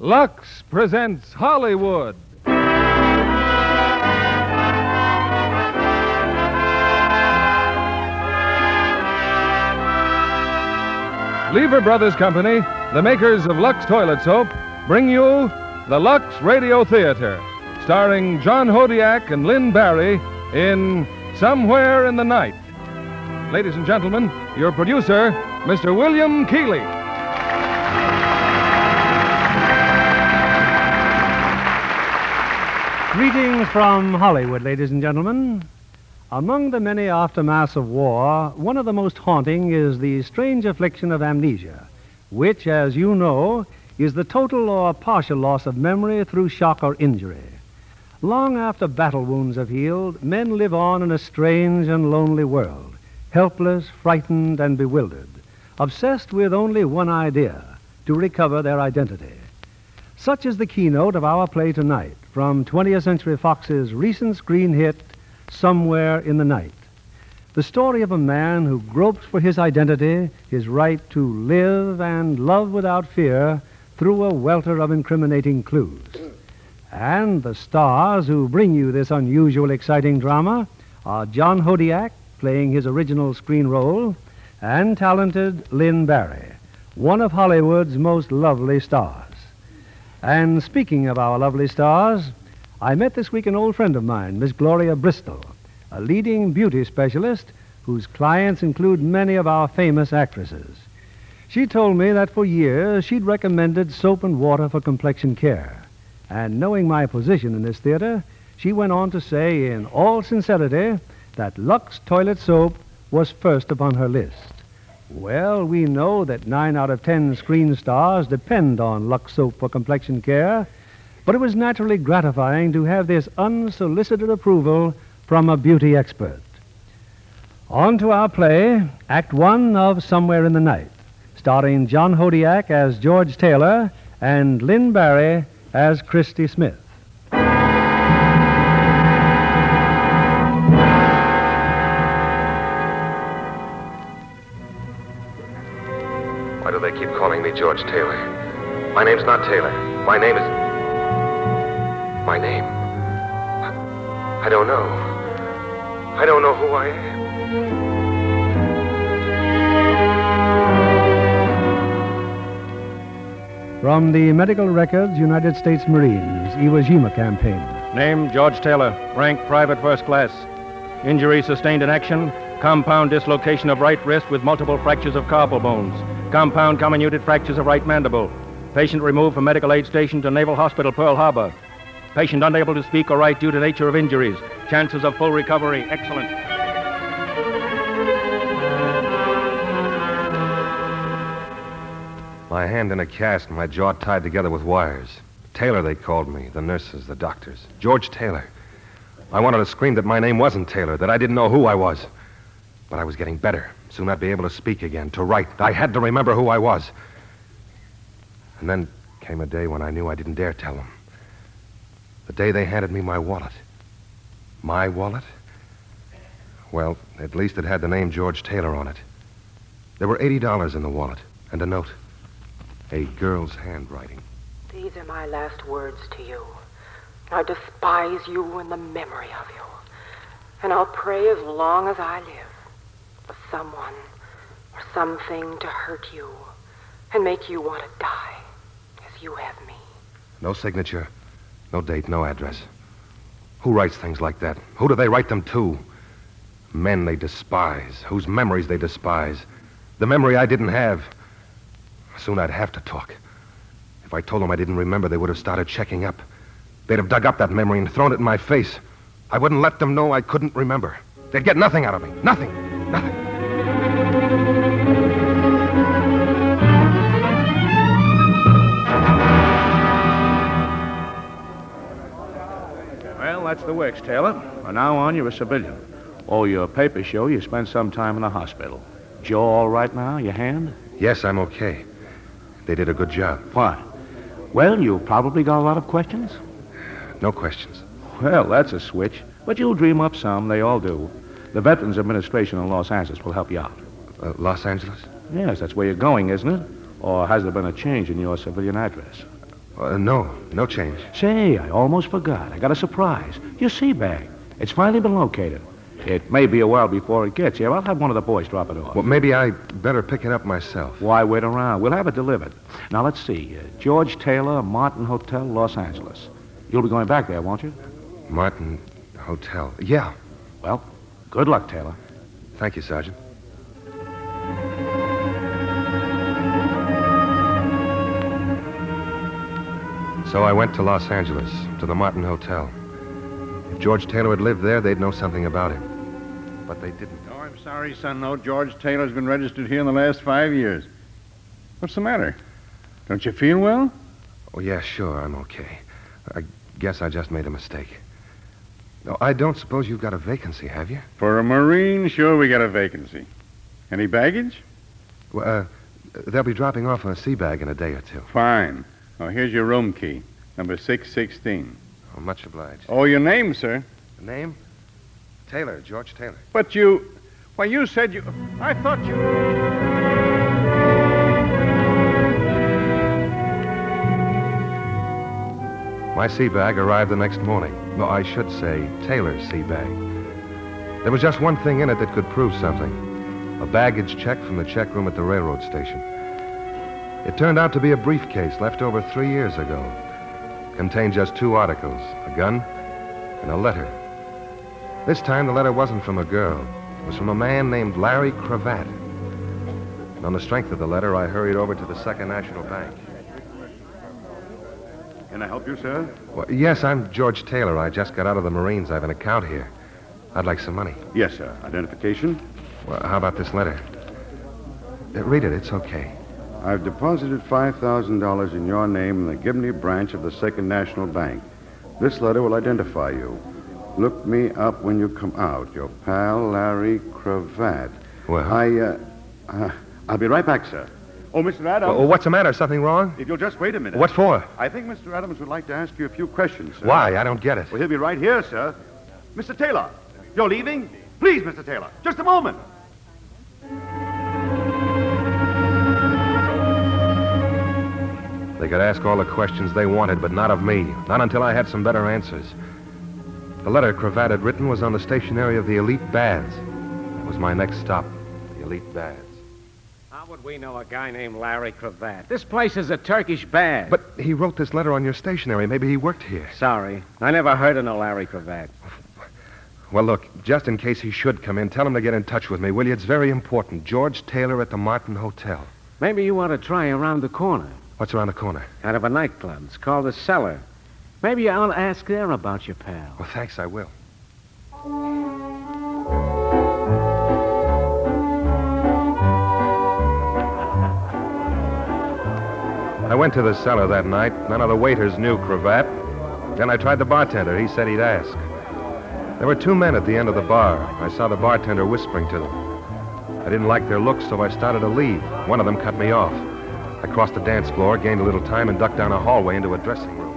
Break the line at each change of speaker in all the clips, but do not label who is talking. Lux presents Hollywood. Lever Brothers Company, the makers of Lux Toilet Soap, bring you the Lux Radio Theater, starring John Hodiak and Lynn Barry in Somewhere in the Night. Ladies and gentlemen, your producer, Mr. William Keeley.
Greetings from Hollywood, ladies and gentlemen. Among the many aftermaths of war, one of the most haunting is the strange affliction of amnesia, which, as you know, is the total or partial loss of memory through shock or injury. Long after battle wounds have healed, men live on in a strange and lonely world, helpless, frightened, and bewildered, obsessed with only one idea to recover their identity. Such is the keynote of our play tonight from 20th Century Fox's recent screen hit, Somewhere in the Night. The story of a man who gropes for his identity, his right to live and love without fear through a welter of incriminating clues. And the stars who bring you this unusual, exciting drama are John Hodiak, playing his original screen role, and talented Lynn Barry, one of Hollywood's most lovely stars. And speaking of our lovely stars, I met this week an old friend of mine, Miss Gloria Bristol, a leading beauty specialist whose clients include many of our famous actresses. She told me that for years she'd recommended soap and water for complexion care. And knowing my position in this theater, she went on to say in all sincerity that Lux Toilet Soap was first upon her list. Well, we know that nine out of ten screen stars depend on Lux Soap for complexion care, but it was naturally gratifying to have this unsolicited approval from a beauty expert. On to our play, Act One of Somewhere in the Night, starring John Hodiak as George Taylor and Lynn Barry as Christy Smith.
Why do they keep calling me George Taylor? My name's not Taylor. My name is. My name. I don't know. I don't know who I am.
From the Medical Records United States Marines Iwo Jima Campaign.
Name George Taylor, rank private first class. Injury sustained in action, compound dislocation of right wrist with multiple fractures of carpal bones, compound comminuted fractures of right mandible. Patient removed from medical aid station to Naval Hospital Pearl Harbor. Patient unable to speak or write due to nature of injuries. Chances of full recovery, excellent.
My hand in a cast and my jaw tied together with wires. Taylor, they called me. The nurses, the doctors. George Taylor. I wanted to scream that my name wasn't Taylor, that I didn't know who I was. But I was getting better. Soon I'd be able to speak again, to write. I had to remember who I was. And then came a day when I knew I didn't dare tell them. The day they handed me my wallet. My wallet? Well, at least it had the name George Taylor on it. There were $80 in the wallet and a note. A girl's handwriting.
These are my last words to you. I despise you and the memory of you. And I'll pray as long as I live for someone or something to hurt you and make you want to die as you have me.
No signature, no date, no address. Who writes things like that? Who do they write them to? Men they despise, whose memories they despise. The memory I didn't have. Soon I'd have to talk. If I told them I didn't remember, they would have started checking up. They'd have dug up that memory and thrown it in my face. I wouldn't let them know I couldn't remember. They'd get nothing out of me. Nothing. Nothing.
Well, that's the works, Taylor. From now on, you're a civilian. Oh, your papers show you spent some time in the hospital. Jaw all right now? Your hand?
Yes, I'm okay. They did a good job.
What? Well, you probably got a lot of questions.
No questions.
Well, that's a switch. But you'll dream up some. They all do. The Veterans Administration in Los Angeles will help you out.
Uh, Los Angeles?
Yes, that's where you're going, isn't it? Or has there been a change in your civilian address?
Uh, no, no change.
Say, I almost forgot. I got a surprise. Your sea bag. It's finally been located. It may be a while before it gets here. I'll have one of the boys drop it off.
Well, maybe I better pick it up myself.
Why wait around? We'll have it delivered. Now, let's see. Uh, George Taylor, Martin Hotel, Los Angeles. You'll be going back there, won't you?
Martin Hotel. Yeah.
Well, good luck, Taylor.
Thank you, Sergeant. So I went to Los Angeles, to the Martin Hotel. If George Taylor had lived there, they'd know something about him. But they didn't.
Oh, I'm sorry, son. No, George Taylor's been registered here in the last five years. What's the matter? Don't you feel well?
Oh, yeah, sure, I'm okay. I guess I just made a mistake. No, I don't suppose you've got a vacancy, have you?
For a Marine, sure, we got a vacancy. Any baggage?
Well, uh, they'll be dropping off a sea bag in a day or two.
Fine. Oh, here's your room key, number 616.
Oh, much obliged.
Oh, your name, sir.
Name? Taylor, George Taylor.
But you. Why, you said you. I thought you.
My sea bag arrived the next morning. No, I should say Taylor's sea bag. There was just one thing in it that could prove something a baggage check from the check room at the railroad station. It turned out to be a briefcase left over three years ago. Contained just two articles a gun and a letter. This time, the letter wasn't from a girl, it was from a man named Larry Cravat. And on the strength of the letter, I hurried over to the Second National Bank.
Can I help you, sir?
Well, yes, I'm George Taylor. I just got out of the Marines. I have an account here. I'd like some money.
Yes, sir. Uh, Identification?
Well, how about this letter? Uh, read it. It's okay.
I've deposited $5,000 in your name in the Gibney branch of the Second National Bank. This letter will identify you. Look me up when you come out. Your pal, Larry Cravat.
Well,
I, uh, uh, I'll be right back, sir. Oh, Mr. Adams,
well, what's the matter? Something wrong?
if you'll just wait a minute.
What for?
I think Mr. Adams would like to ask you a few questions, sir.
Why? I don't get it.
Well, he'll be right here, sir. Mr. Taylor, you're leaving? Please, Mr. Taylor, just a moment.
They could ask all the questions they wanted, but not of me. Not until I had some better answers. The letter Cravat had written was on the stationery of the elite baths. That was my next stop, the elite baths.
How would we know a guy named Larry Cravat? This place is a Turkish bath.
But he wrote this letter on your stationery. Maybe he worked here.
Sorry, I never heard of no Larry Cravat.
Well, look, just in case he should come in, tell him to get in touch with me, will you? It's very important. George Taylor at the Martin Hotel.
Maybe you want to try around the corner,
What's around the corner?
out of a nightclub. It's called the Cellar. Maybe I'll ask there about your pal.
Well, thanks, I will. I went to the cellar that night. None of the waiters knew Cravat. Then I tried the bartender. He said he'd ask. There were two men at the end of the bar. I saw the bartender whispering to them. I didn't like their looks, so I started to leave. One of them cut me off. I crossed the dance floor, gained a little time, and ducked down a hallway into a dressing room.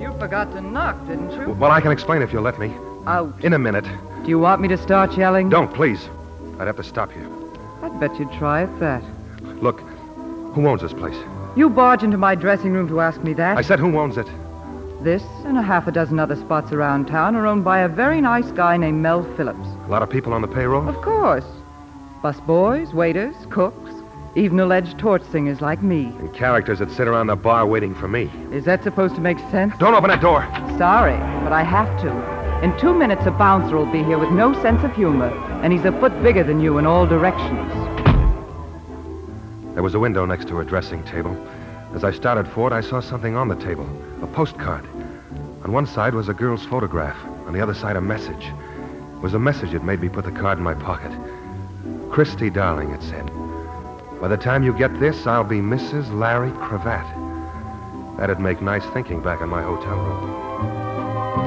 You forgot to knock, didn't you? Oh,
Well, I can explain if you'll let me.
Out.
In a minute.
Do you want me to start yelling?
Don't, please. I'd have to stop you.
I'd bet you'd try at that.
Look, who owns this place?
You barge into my dressing room to ask me that.
I said, who owns it?
This and a half a dozen other spots around town are owned by a very nice guy named Mel Phillips.
A lot of people on the payroll?
Of course. Busboys, waiters, cooks, even alleged torch singers like me.
And characters that sit around the bar waiting for me.
Is that supposed to make sense?
Don't open that door.
Sorry, but I have to. In two minutes, a bouncer will be here with no sense of humor, and he's a foot bigger than you in all directions.
There was a window next to a dressing table. As I started for it, I saw something on the table a postcard. On one side was a girl's photograph, on the other side, a message. It was a message that made me put the card in my pocket. Christy, darling, it said. By the time you get this, I'll be Mrs. Larry Cravat. That'd make nice thinking back in my hotel room.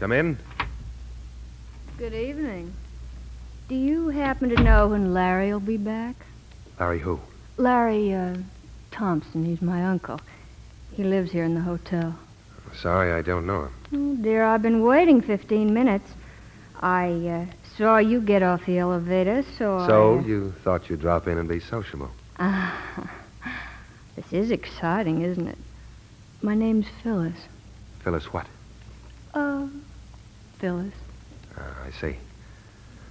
Come in.
Good evening. Do you happen to know when Larry will be back?
Larry, who?
Larry uh, Thompson. He's my uncle. He lives here in the hotel.
Sorry, I don't know him.
Oh, dear, I've been waiting 15 minutes. I uh, saw you get off the elevator, so,
so
I...
you thought you'd drop in and be sociable.
Ah, this is exciting, isn't it? My name's Phyllis.
Phyllis, what?
Uh, Phyllis.
Uh, I see.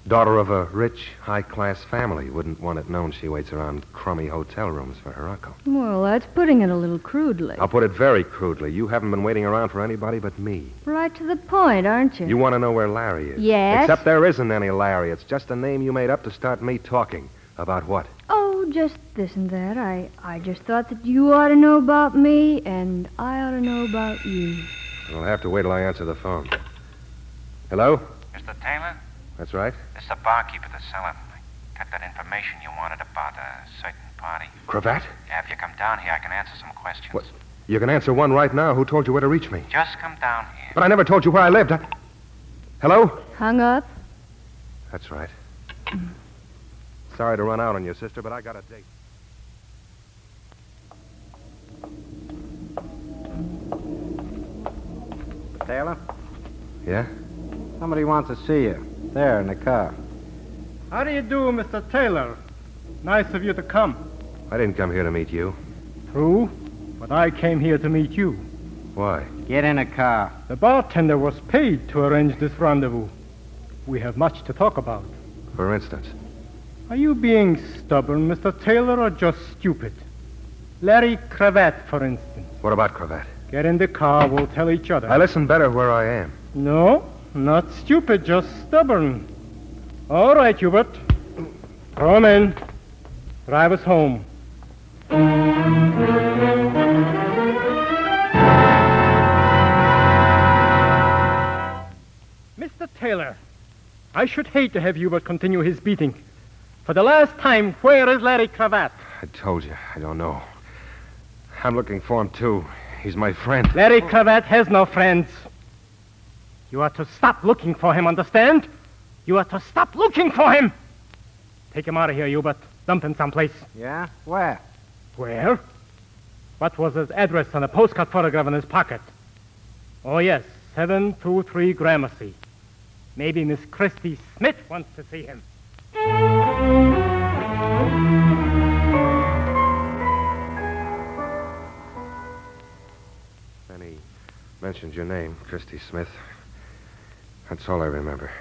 Daughter of a rich, high class family. Wouldn't want it known she waits around crummy hotel rooms for her uncle.
Well, that's putting it a little crudely.
I'll put it very crudely. You haven't been waiting around for anybody but me.
Right to the point, aren't you?
You want to know where Larry is?
Yes.
Except there isn't any Larry. It's just a name you made up to start me talking. About what?
Oh, just this and that. I, I just thought that you ought to know about me, and I ought to know about you.
I'll have to wait till I answer the phone. Hello?
Mr. Taylor,
That's right.
this is the barkeeper that's selling. I got that information you wanted about a certain party.
Cravat?
Yeah, if you come down here, I can answer some questions.
What? You can answer one right now. Who told you where to reach me?
Just come down here.
But I never told you where I lived. I... Hello?
Hung up?
That's right. Sorry to run out on you, sister, but I got a date.
Taylor,
Yeah?
somebody wants to see you. There, in the car.
How do you do, Mr. Taylor? Nice of you to come.
I didn't come here to meet you.
True, but I came here to meet you.
Why?
Get in the car.
The bartender was paid to arrange this rendezvous. We have much to talk about.
For instance.
Are you being stubborn, Mr. Taylor, or just stupid? Larry Cravat, for instance.
What about Cravat?
Get in the car, we'll tell each other.
I listen better where I am.
No, not stupid, just stubborn. All right, Hubert. Throw 'em in. Drive us home. Mr. Taylor, I should hate to have Hubert continue his beating. For the last time, where is Larry Cravat?
I told you. I don't know. I'm looking for him, too. He's my friend. Oh.
Larry Cravat has no friends. You are to stop looking for him, understand? You are to stop looking for him! Take him out of here, Hubert. Dump him someplace.
Yeah? Where?
Where? What was his address on the postcard photograph in his pocket? Oh, yes, 723 Gramercy. Maybe Miss Christie Smith wants to see him.
Then he mentioned your name, Christy Smith. That's all I remember.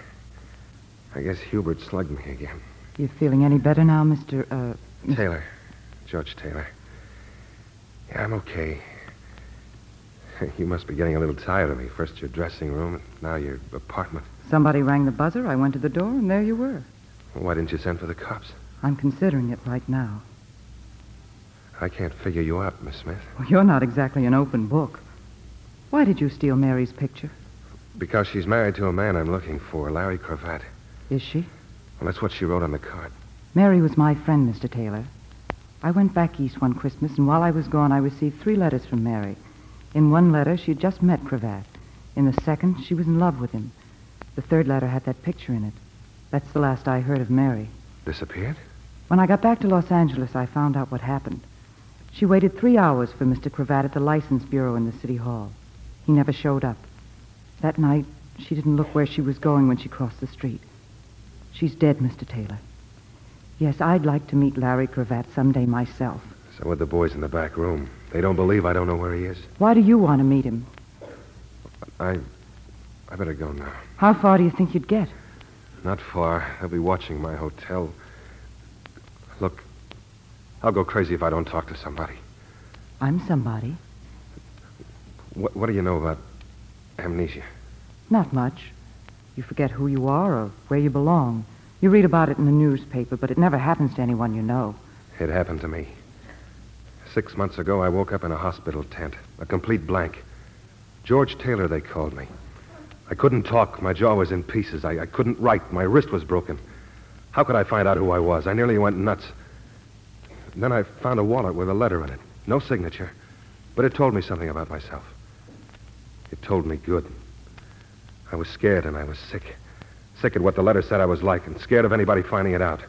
I guess Hubert slugged me again.
You feeling any better now, Mr. Uh,
Taylor. Judge Taylor. Yeah, I'm okay. You must be getting a little tired of me. First your dressing room, and now your apartment.
somebody rang the buzzer. I went to the door, and there you were.
Why didn't you send for the cops?
I'm considering it right now.
I can't figure you out, Miss Smith.
Well, you're not exactly an open book. Why did you steal Mary's picture?
Because she's married to a man I'm looking for, Larry Cravat.
Is she?
Well, that's what she wrote on the card.
Mary was my friend, Mr. Taylor. I went back east one Christmas, and while I was gone, I received three letters from Mary. In one letter, she had just met Cravat. In the second, she was in love with him. The third letter had that picture in it. That's the last I heard of Mary.
Disappeared?
When I got back to Los Angeles, I found out what happened. She waited three hours for Mr. Cravat at the License Bureau in the City Hall. He never showed up. That night, she didn't look where she was going when she crossed the street. She's dead, Mr. Taylor. Yes, I'd like to meet Larry Cravat someday myself.
So would the boys in the back room. They don't believe I don't know where he is.
Why do you want to meet him?
I. I better go now.
How far do you think you'd get?
Not far. They'll be watching my hotel. Look, I'll go crazy if I don't talk to somebody.
I'm somebody.
What, what do you know about amnesia?
Not much. You forget who you are or where you belong. You read about it in the newspaper, but it never happens to anyone you know.
It happened to me. Six months ago, I woke up in a hospital tent, a complete blank. George Taylor, they called me. I couldn't talk. My jaw was in pieces. I, I couldn't write. My wrist was broken. How could I find out who I was? I nearly went nuts. Then I found a wallet with a letter in it. No signature. But it told me something about myself. It told me good. I was scared and I was sick. Sick at what the letter said I was like and scared of anybody finding it out.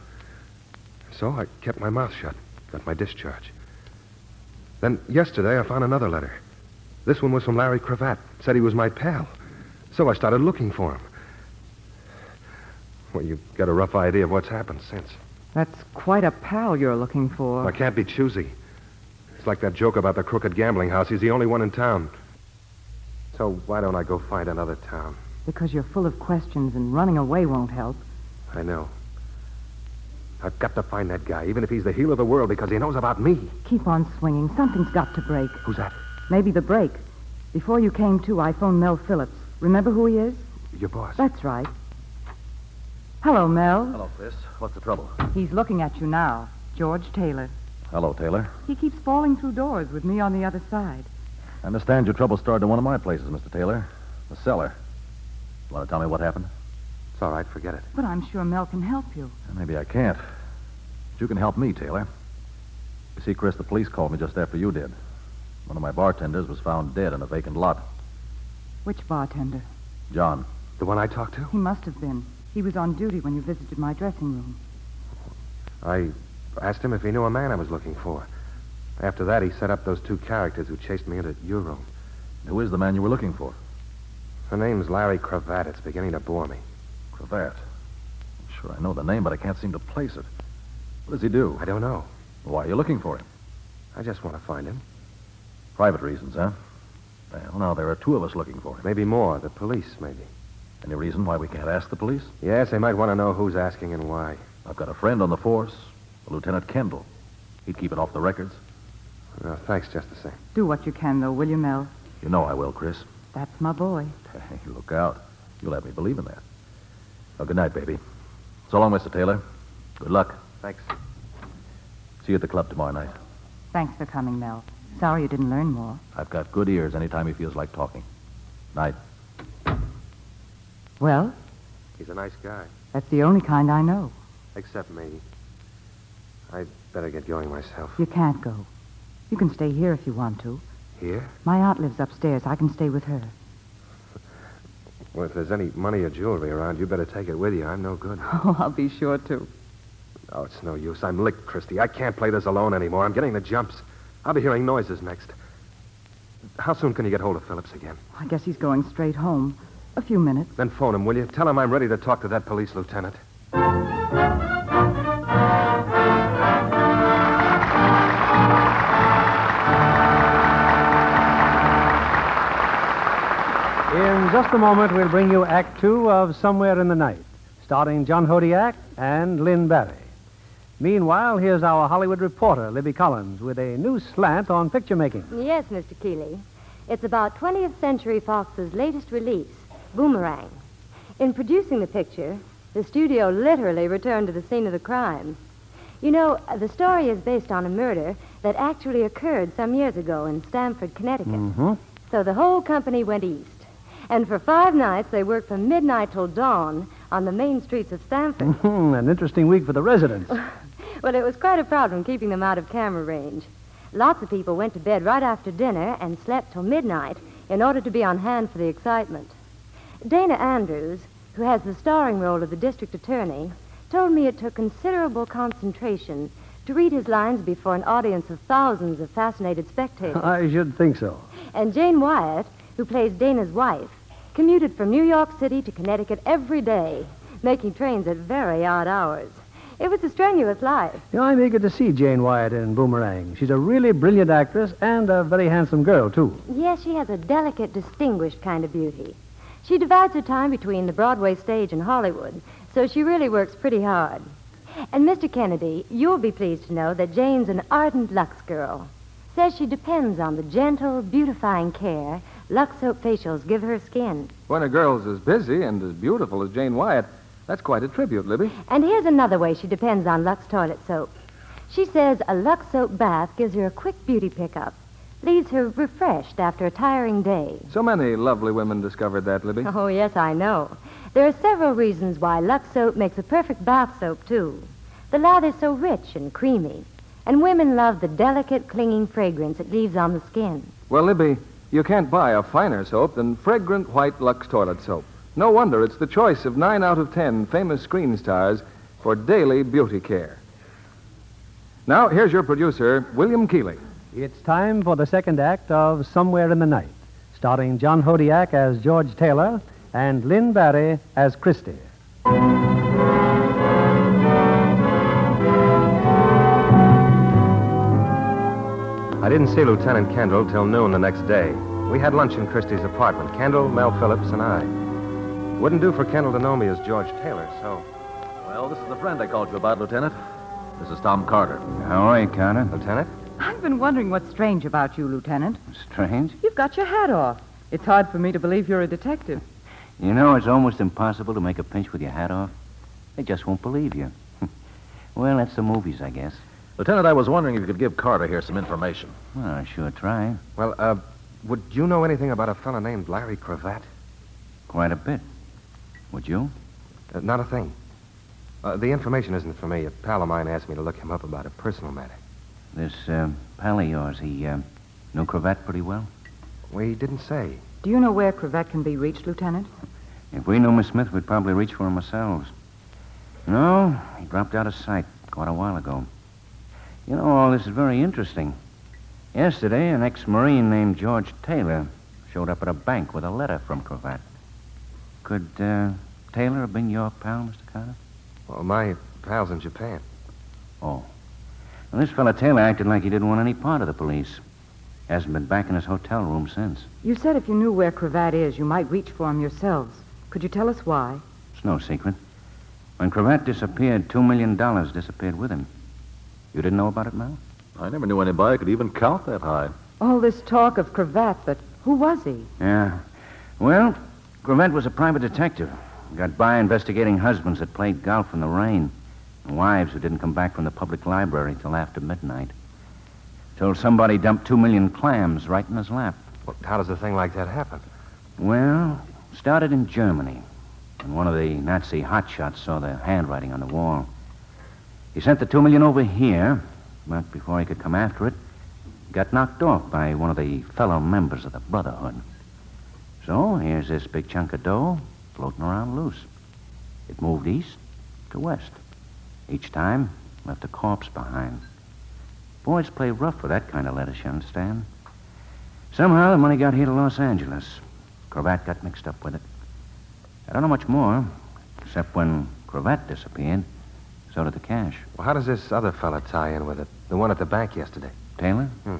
So I kept my mouth shut, got my discharge. Then yesterday I found another letter. This one was from Larry Cravat. Said he was my pal. So I started looking for him. Well, you've got a rough idea of what's happened since.
That's quite a pal you're looking for.
I can't be choosy. It's like that joke about the crooked gambling house. He's the only one in town. So why don't I go find another town?
Because you're full of questions and running away won't help.
I know. I've got to find that guy, even if he's the heel of the world, because he knows about me.
Keep on swinging. Something's got to break.
Who's that?
Maybe the break. Before you came to, I phoned Mel Phillips. Remember who he is?
Your boss.
That's right. Hello, Mel.
Hello, Chris. What's the trouble?
He's looking at you now. George Taylor.
Hello, Taylor.
He keeps falling through doors with me on the other side.
I understand your trouble started in one of my places, Mr. Taylor. The cellar. Want to tell me what happened?
It's all right. Forget it.
But I'm sure Mel can help you.
Maybe I can't. But you can help me, Taylor. You see, Chris, the police called me just after you did. One of my bartenders was found dead in a vacant lot.
Which bartender?
John.
The one I talked to?
He must have been. He was on duty when you visited my dressing room.
I asked him if he knew a man I was looking for. After that, he set up those two characters who chased me into your room.
Who is the man you were looking for?
Her name's Larry Cravat. It's beginning to bore me.
Cravat. Sure, I know the name, but I can't seem to place it. What does he do?
I don't know.
Why are you looking for him?
I just want to find him.
Private reasons, huh? Well, now there are two of us looking for him.
Maybe more. The police, maybe.
Any reason why we can't ask the police?
Yes, they might want to know who's asking and why.
I've got a friend on the force, Lieutenant Kendall. He'd keep it off the records.
Well, thanks just the same.
Do what you can, though, will you, Mel?
You know I will, Chris.
That's my boy.
Hey, look out. You'll have me believe in that. Well, good night, baby. So long, Mr. Taylor. Good luck.
Thanks.
See you at the club tomorrow night.
Thanks for coming, Mel. Sorry you didn't learn more.
I've got good ears anytime he feels like talking. Night.
Well,
He's a nice guy,
that's the only kind I know.
except me. I'd better get going myself.
You can't go. You can stay here if you want to.
Here?
My aunt lives upstairs. I can stay with her.
Well, if there's any money or jewelry around, you better take it with you. I'm no good.
Oh, I'll be sure to.
Oh, it's no use. I'm licked, Christy. I can't play this alone anymore. I'm getting the jumps. I'll be hearing noises next. How soon can you get hold of Phillips again?
I guess he's going straight home. A few minutes.
Then phone him, will you? Tell him I'm ready to talk to that police lieutenant.
In just a moment, we'll bring you Act Two of Somewhere in the Night, starring John Hodiak and Lynn Barry. Meanwhile, here's our Hollywood reporter, Libby Collins, with a new slant on picture making.
Yes, Mr. Keeley. It's about 20th Century Fox's latest release, Boomerang. In producing the picture, the studio literally returned to the scene of the crime. You know, uh, the story is based on a murder that actually occurred some years ago in Stamford, Connecticut.
Mm-hmm.
So the whole company went east. And for five nights, they worked from midnight till dawn on the main streets of Stamford.
Mm-hmm, An interesting week for the residents.
Well, it was quite a problem keeping them out of camera range. Lots of people went to bed right after dinner and slept till midnight in order to be on hand for the excitement. Dana Andrews, who has the starring role of the district attorney, told me it took considerable concentration to read his lines before an audience of thousands of fascinated spectators.
I should think so.
And Jane Wyatt, who plays Dana's wife, commuted from New York City to Connecticut every day, making trains at very odd hours. It was a strenuous life.
You know, I'm eager to see Jane Wyatt in Boomerang. She's a really brilliant actress and a very handsome girl, too.
Yes, she has a delicate, distinguished kind of beauty. She divides her time between the Broadway stage and Hollywood, so she really works pretty hard. And Mr. Kennedy, you'll be pleased to know that Jane's an ardent Lux girl. Says she depends on the gentle, beautifying care Lux soap facials give her skin.
When a girl's as busy and as beautiful as Jane Wyatt, that's quite a tribute, Libby.
And here's another way she depends on Lux toilet soap. She says a Lux soap bath gives her a quick beauty pickup, leaves her refreshed after a tiring day.
So many lovely women discovered that, Libby.
Oh, yes, I know. There are several reasons why Lux soap makes a perfect bath soap, too. The lather is so rich and creamy, and women love the delicate, clinging fragrance it leaves on the skin.
Well, Libby, you can't buy a finer soap than fragrant white Lux toilet soap. No wonder it's the choice of nine out of ten famous screen stars for daily beauty care. Now, here's your producer, William Keeley.
It's time for the second act of Somewhere in the Night, starring John Hodiak as George Taylor and Lynn Barry as Christie.
I didn't see Lieutenant Kendall till noon the next day. We had lunch in Christie's apartment, Kendall, Mel Phillips, and I. It wouldn't do for Kendall to know me as George Taylor, so.
Well, this is the friend I called you about, Lieutenant. This is Tom Carter.
How are you, Connor?
Lieutenant?
I've been wondering what's strange about you, Lieutenant.
Strange.
You've got your hat off. It's hard for me to believe you're a detective.
You know, it's almost impossible to make a pinch with your hat off. They just won't believe you. well, that's the movies, I guess.
Lieutenant, I was wondering if you could give Carter here some information.
Well, I sure try.
Well, uh, would you know anything about a fellow named Larry Cravat?
Quite a bit. Would you?
Uh, not a thing. Uh, the information isn't for me. A pal of mine asked me to look him up about a personal matter.
This uh, pal of yours, he uh, knew Cravat pretty well?
We didn't say.
Do you know where Cravat can be reached, Lieutenant?
If we knew Miss Smith, we'd probably reach for him ourselves. No, he dropped out of sight quite a while ago. You know, all this is very interesting. Yesterday, an ex-Marine named George Taylor showed up at a bank with a letter from Cravat. Could uh, Taylor have been your pal, Mr. Carter?
Well, my pal's in Japan.
Oh. Well, this fellow Taylor acted like he didn't want any part of the police. Hasn't been back in his hotel room since.
You said if you knew where Cravat is, you might reach for him yourselves. Could you tell us why?
It's no secret. When Cravat disappeared, $2 million disappeared with him. You didn't know about it, Mel?
I never knew anybody could even count that high.
All this talk of Cravat, but who was he?
Yeah. Well, Gravett was a private detective. Got by investigating husbands that played golf in the rain, and wives who didn't come back from the public library till after midnight. Till somebody dumped two million clams right in his lap.
Well, how does a thing like that happen?
Well, started in Germany, when one of the Nazi hotshots saw the handwriting on the wall. He sent the two million over here, but before he could come after it, got knocked off by one of the fellow members of the Brotherhood. So here's this big chunk of dough floating around loose. It moved east to west. Each time, left a corpse behind. Boys play rough with that kind of lettuce, you understand? Somehow the money got here to Los Angeles. Cravat got mixed up with it. I don't know much more, except when Cravat disappeared, so did the cash.
Well, how does this other fella tie in with it? The one at the bank yesterday.
Taylor?
Hmm.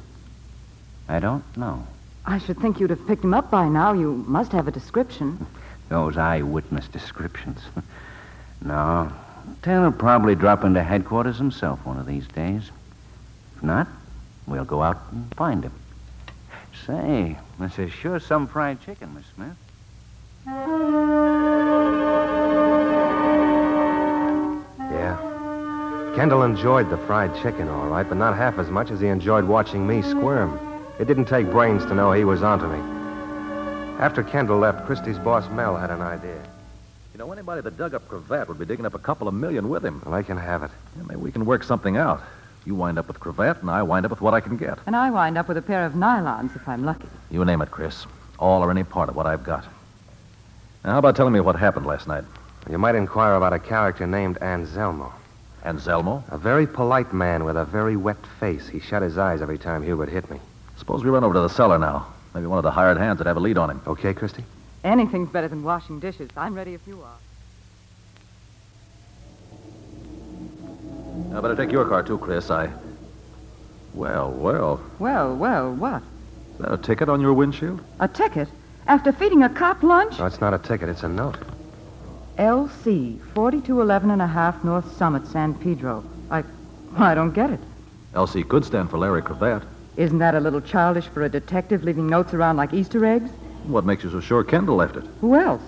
I don't know.
I should think you'd have picked him up by now. You must have a description.
Those eyewitness descriptions. no. Taylor will probably drop into headquarters himself one of these days. If not, we'll go out and find him. Say, this is sure some fried chicken, Miss Smith.
Yeah. Kendall enjoyed the fried chicken, all right, but not half as much as he enjoyed watching me squirm. It didn't take brains to know he was onto me. After Kendall left, Christie's boss, Mel, had an idea.
You know, anybody that dug up Cravat would be digging up a couple of million with him.
Well, I can have it.
Yeah, maybe we can work something out. You wind up with Cravat, and I wind up with what I can get.
And I wind up with a pair of nylons if I'm lucky.
You name it, Chris. All or any part of what I've got. Now, how about telling me what happened last night?
You might inquire about a character named Anselmo.
Anselmo?
A very polite man with a very wet face. He shut his eyes every time Hubert hit me.
Suppose we run over to the cellar now. Maybe one of the hired hands would have a lead on him.
Okay, Christie?
Anything's better than washing dishes. I'm ready if you are.
I better take your car, too, Chris. I. Well, well.
Well, well, what?
Is that a ticket on your windshield?
A ticket? After feeding a cop lunch?
No, it's not a ticket, it's a note.
LC, 4211 and a half North Summit, San Pedro. I, I don't get it.
LC could stand for Larry Cravat.
Isn't that a little childish for a detective leaving notes around like Easter eggs?
What makes you so sure Kendall left it?
Who else?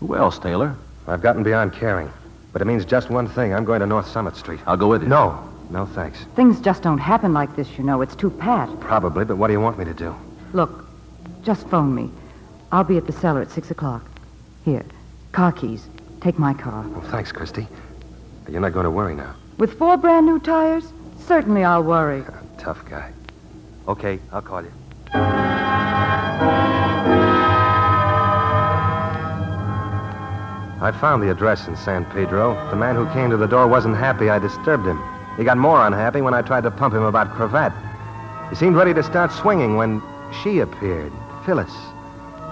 Who else, Taylor?
I've gotten beyond caring, but it means just one thing. I'm going to North Summit Street.
I'll go with you.
No, no thanks.
Things just don't happen like this, you know. It's too pat.
Probably, but what do you want me to do?
Look, just phone me. I'll be at the cellar at 6 o'clock. Here, car keys. Take my car.
Well, thanks, Christie. You're not going to worry now.
With four brand new tires? Certainly I'll worry.
Tough guy. Okay, I'll call you. I found the address in San Pedro. The man who came to the door wasn't happy I disturbed him. He got more unhappy when I tried to pump him about cravat. He seemed ready to start swinging when she appeared Phyllis.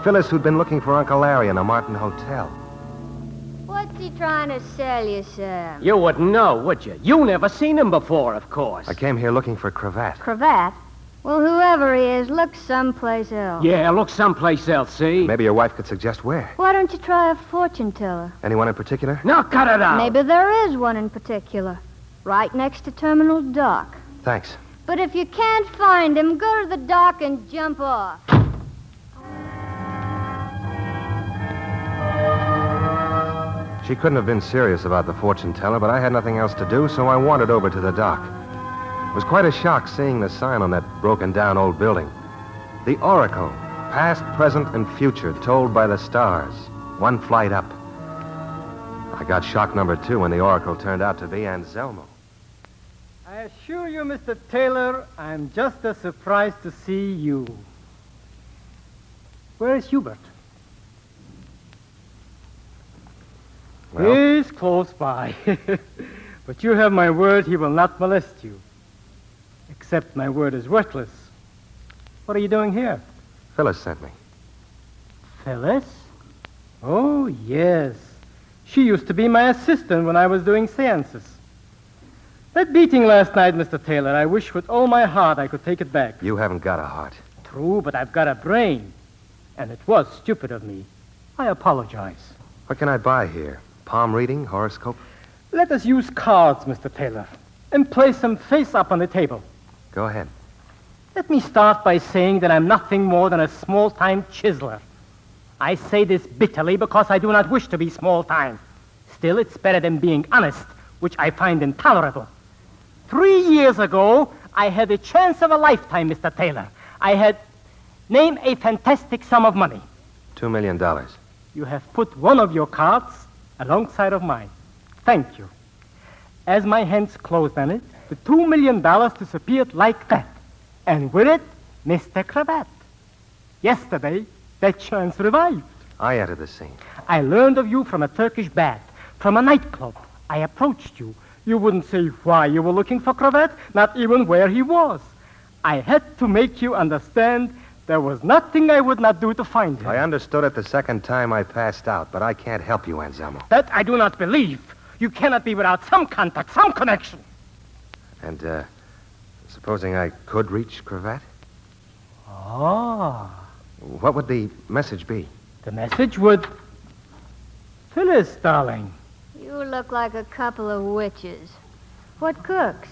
Phyllis, who'd been looking for Uncle Larry in a Martin hotel.
What's he trying to sell you, Sam?
You wouldn't know, would you? You never seen him before, of course.
I came here looking for Cravat.
Cravat? Well, whoever he is, look someplace else.
Yeah, look someplace else, see? Maybe your wife could suggest where.
Why don't you try a fortune teller?
Anyone in particular? No, cut
Maybe there is one in particular, right next to Terminal Dock.
Thanks.
But if you can't find him, go to the dock and jump off.
She couldn't have been serious about the fortune teller, but I had nothing else to do, so I wandered over to the dock. It was quite a shock seeing the sign on that broken down old building. The Oracle, past, present, and future, told by the stars, one flight up. I got shock number two when the Oracle turned out to be Anselmo.
I assure you, Mr. Taylor, I'm just as surprised to see you. Where is Hubert? He's close by. but you have my word he will not molest you. Except my word is worthless. What are you doing here?
Phyllis sent me.
Phyllis? Oh, yes. She used to be my assistant when I was doing seances. That beating last night, Mr. Taylor, I wish with all my heart I could take it back.
You haven't got a heart.
True, but I've got a brain. And it was stupid of me. I apologize.
What can I buy here? Palm reading, horoscope?
Let us use cards, Mr. Taylor, and place them face up on the table.
Go ahead.
Let me start by saying that I'm nothing more than a small time chiseler. I say this bitterly because I do not wish to be small time. Still, it's better than being honest, which I find intolerable. Three years ago, I had the chance of a lifetime, Mr. Taylor. I had. Name a fantastic sum of money.
Two million dollars.
You have put one of your cards alongside of mine. Thank you. As my hands closed on it, the two million dollars disappeared like that. And with it, Mr. Cravat. Yesterday, that chance revived.
I entered the scene.
I learned of you from a Turkish bath, from a nightclub. I approached you. You wouldn't say why you were looking for Cravat, not even where he was. I had to make you understand there was nothing I would not do to find him.
I understood it the second time I passed out, but I can't help you, Anselmo.
That I do not believe. You cannot be without some contact, some connection.
And, uh, supposing I could reach Cravat?
Ah.
What would the message be?
The message would. Phyllis, darling,
You look like a couple of witches. What cooks?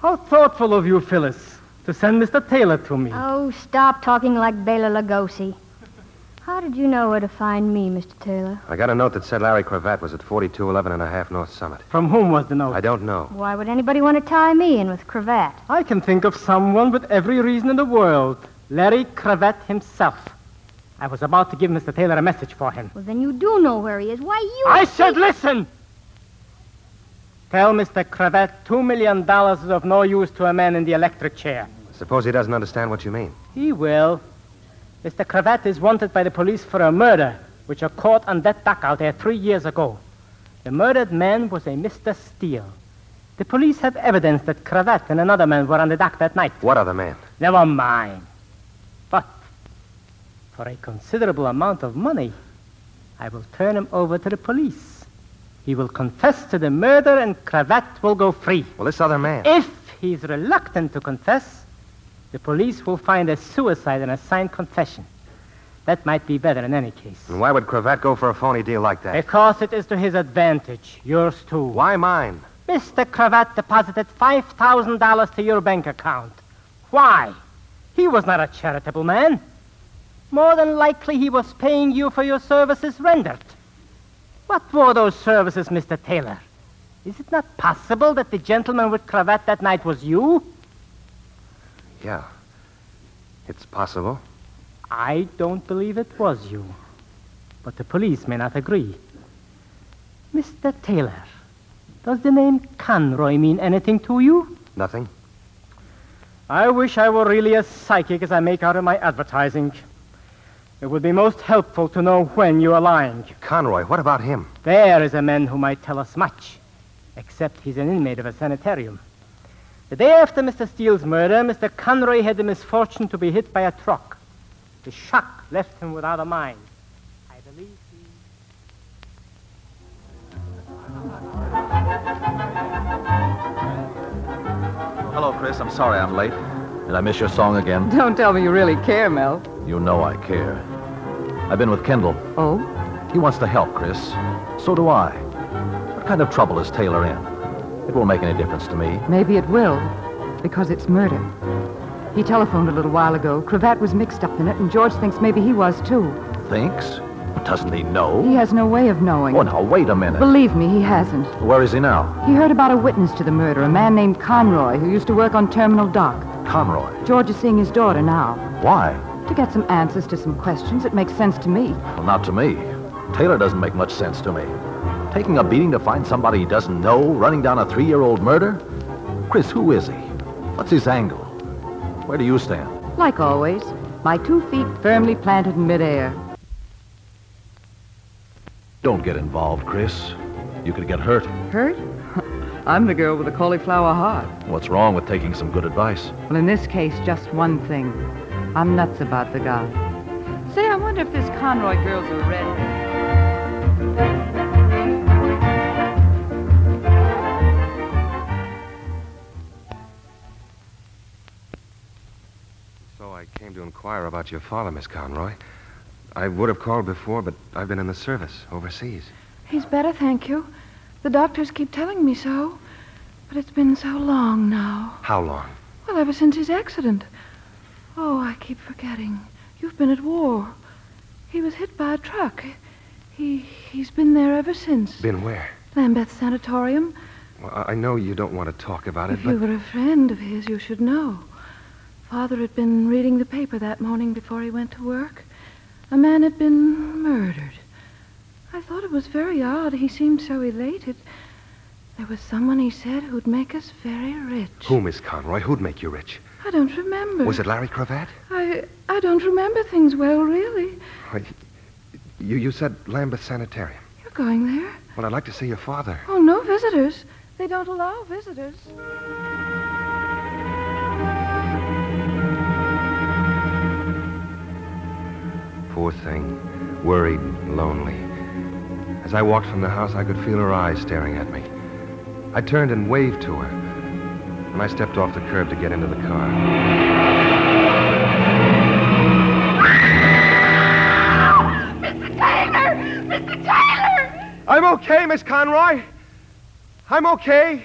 how thoughtful of you, Phyllis, to send Mr. Taylor to me.
Oh, stop talking like Bela Lugosi. How did you know where to find me, Mr. Taylor?
I got a note that said Larry Cravat was at 4211 and a half North Summit.
From whom was the note?
I don't know.
Why would anybody want to tie me in with cravat?
I can think of someone with every reason in the world Larry Cravat himself. I was about to give Mr. Taylor a message for him.
Well, then you do know where he is. Why, you.
I said, listen! Tell Mr. Cravat two million dollars is of no use to a man in the electric chair.
Suppose he doesn't understand what you mean.
He will. Mr. Cravat is wanted by the police for a murder, which occurred on that dock out there three years ago. The murdered man was a Mr. Steele. The police have evidence that Cravat and another man were on the dock that night.
What other man?
Never mind. But for a considerable amount of money, I will turn him over to the police. He will confess to the murder and Cravat will go free.
Well, this other man.
If he's reluctant to confess, the police will find a suicide and a signed confession. That might be better in any case.
And why would Cravat go for a phony deal like that?
Because it is to his advantage. Yours too.
Why mine?
Mr. Cravat deposited $5,000 to your bank account. Why? He was not a charitable man. More than likely, he was paying you for your services rendered. What were those services, Mr. Taylor? Is it not possible that the gentleman with cravat that night was you?
Yeah. It's possible.
I don't believe it was you. But the police may not agree. Mr. Taylor, does the name Conroy mean anything to you?
Nothing.
I wish I were really as psychic as I make out in my advertising. It would be most helpful to know when you are lying.
Conroy, what about him?
There is a man who might tell us much, except he's an inmate of a sanitarium. The day after Mr. Steele's murder, Mr. Conroy had the misfortune to be hit by a truck. The shock left him without a mind. I believe.
Hello, Chris. I'm sorry I'm late. Did I miss your song again?
Don't tell me you really care, Mel.
You know I care. I've been with Kendall.
Oh?
He wants to help, Chris. So do I. What kind of trouble is Taylor in? It won't make any difference to me.
Maybe it will, because it's murder. He telephoned a little while ago. Cravat was mixed up in it, and George thinks maybe he was too.
Thinks? Doesn't he know?
He has no way of knowing.
Oh, now, wait a minute.
Believe me, he hasn't.
Where is he now?
He heard about a witness to the murder, a man named Conroy, who used to work on Terminal Dock.
Conroy.
George is seeing his daughter now.
Why?
To get some answers to some questions, it makes sense to me.
Well, not to me. Taylor doesn't make much sense to me. Taking a beating to find somebody he doesn't know, running down a three-year-old murder? Chris, who is he? What's his angle? Where do you stand?
Like always, my two feet firmly planted in midair.
Don't get involved, Chris. You could get hurt.
Hurt? I'm the girl with the cauliflower heart.
What's wrong with taking some good advice?
Well, in this case, just one thing. I'm nuts about the guy. Say, I wonder if this Conroy girl's a redhead.
So I came to inquire about your father, Miss Conroy. I would have called before, but I've been in the service overseas.
He's better, thank you. The doctors keep telling me so. But it's been so long now.
How long?
Well, ever since his accident. Oh, I keep forgetting. You've been at war. He was hit by a truck. He he's been there ever since.
Been where?
Lambeth Sanatorium.
Well, I I know you don't want to talk about it,
If
but
you were a friend of his, you should know. Father had been reading the paper that morning before he went to work. A man had been murdered. I thought it was very odd. He seemed so elated. There was someone he said who'd make us very rich.
who, Miss Conroy? Who'd make you rich?
I don't remember.
Was it Larry Cravat?
I I don't remember things well, really.
Why, You, you said Lambeth Sanitarium.
You're going there?
Well, I'd like to see your father.
Oh, no visitors. They don't allow visitors.
Poor thing. Worried, lonely. As I walked from the house, I could feel her eyes staring at me. I turned and waved to her. And I stepped off the curb to get into the car.
Taylor! Mr. Taylor!
I'm okay, Miss Conroy. I'm okay.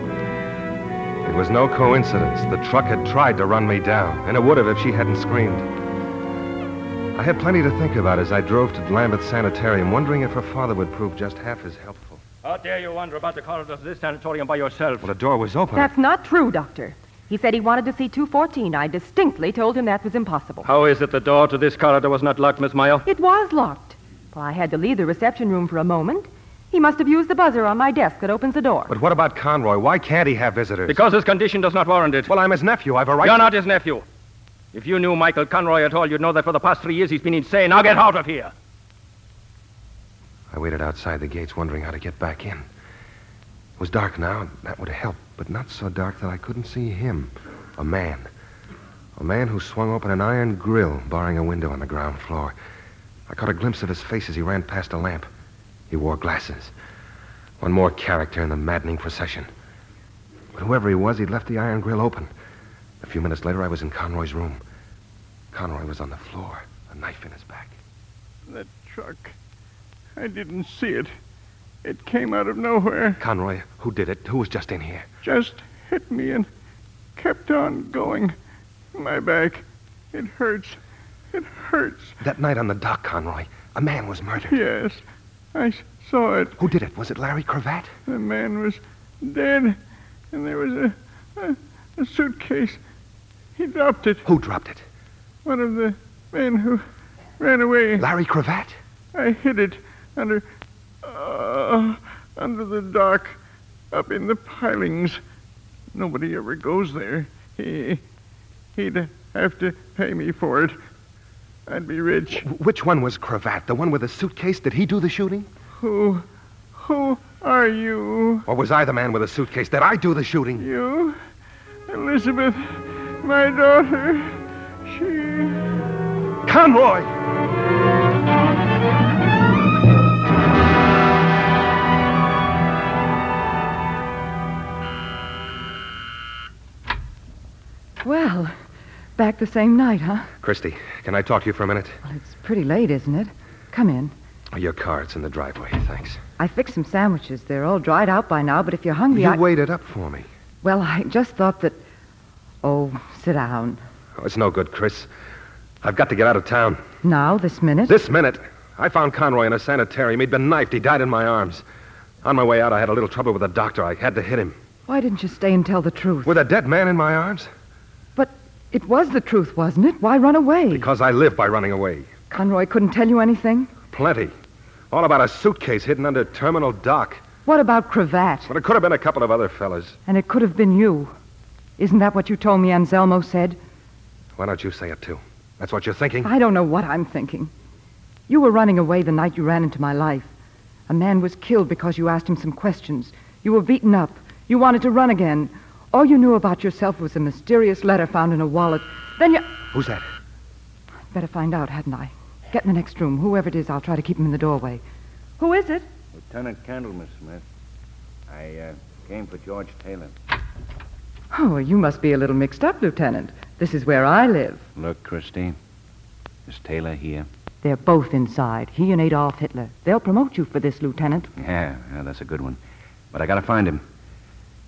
It was no coincidence. The truck had tried to run me down, and it would have if she hadn't screamed. I had plenty to think about as I drove to Lambeth Sanitarium, wondering if her father would prove just half as helpful.
How dare you wander about the corridors of this sanatorium by yourself?
Well, the door was open.
That's not true, Doctor. He said he wanted to see 214. I distinctly told him that was impossible.
How is it the door to this corridor was not locked, Miss Meyer?
It was locked. Well, I had to leave the reception room for a moment. He must have used the buzzer on my desk that opens the door.
But what about Conroy? Why can't he have visitors?
Because his condition does not warrant it.
Well, I'm his nephew. I've a right.
You're not his nephew. If you knew Michael Conroy at all, you'd know that for the past three years he's been insane. Now get out of here.
I waited outside the gates, wondering how to get back in. It was dark now, and that would help, but not so dark that I couldn't see him. A man. A man who swung open an iron grill, barring a window on the ground floor. I caught a glimpse of his face as he ran past a lamp. He wore glasses. One more character in the maddening procession. But whoever he was, he'd left the iron grill open. A few minutes later, I was in Conroy's room. Conroy was on the floor, a knife in his back.
That truck. I didn't see it. It came out of nowhere,
Conroy, who did it? Who was just in here?
just hit me, and kept on going. My back. It hurts. It hurts.
That night on the dock, Conroy, a man was murdered.
Yes. I s- saw it.
Who did it? Was it Larry Cravat?
The man was dead, and there was a, a, a suitcase. He dropped it.
Who dropped it?
One of the men who ran away.
Larry Cravat?
I hid it under, uh, under the dock, up in the pilings. Nobody ever goes there. He, he'd have to pay me for it. I'd be rich.
Which one was Cravat? The one with the suitcase? Did he do the shooting?
Who, who Are you.
Or was I the man with a suitcase? Did I do the shooting?
You? Elizabeth, my daughter. She.
Conroy!
Well, back the same night, huh?
Christy, can I talk to you for a minute?
It's pretty late, isn't it? Come in.
Your car, it's in the driveway. Thanks.
I fixed some sandwiches. They're all dried out by now, but if you're hungry,
you
I.
waited up for me.
Well, I just thought that. Oh, sit down.
Oh, it's no good, Chris. I've got to get out of town.
Now, this minute?
This minute, I found Conroy in a sanitarium. He'd been knifed. He died in my arms. On my way out, I had a little trouble with a doctor. I had to hit him.
Why didn't you stay and tell the truth?
With a dead man in my arms?
But it was the truth, wasn't it? Why run away?
Because I live by running away.
Conroy couldn't tell you anything?
Plenty. All about a suitcase hidden under terminal dock.
What about Cravat?
But it could have been a couple of other fellas.
And it could have been you. Isn't that what you told me Anselmo said?
Why don't you say it, too? That's what you're thinking?
I don't know what I'm thinking. You were running away the night you ran into my life. A man was killed because you asked him some questions. You were beaten up. You wanted to run again. All you knew about yourself was a mysterious letter found in a wallet. Then you.
Who's that?
Better find out, hadn't I? Get in the next room. Whoever it is, I'll try to keep him in the doorway. Who is it?
Lieutenant Candlemas, Smith. I uh, came for George Taylor.
Oh, you must be a little mixed up, Lieutenant. This is where I live.
Look, Christine. Is Taylor here?
They're both inside, he and Adolf Hitler. They'll promote you for this, Lieutenant.
Yeah, yeah, that's a good one. But I gotta find him.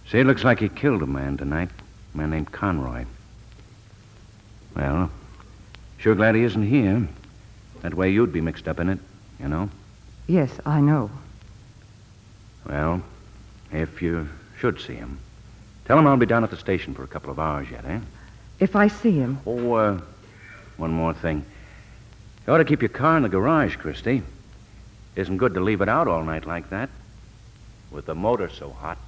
See, it looks like he killed a man tonight. A man named Conroy. Well, sure glad he isn't here. That way you'd be mixed up in it, you know?
Yes, I know.
Well, if you should see him, tell him I'll be down at the station for a couple of hours yet, eh?
If I see him,
Oh, uh, one more thing. You ought to keep your car in the garage, Christy. Isn't good to leave it out all night like that. With the motor so hot.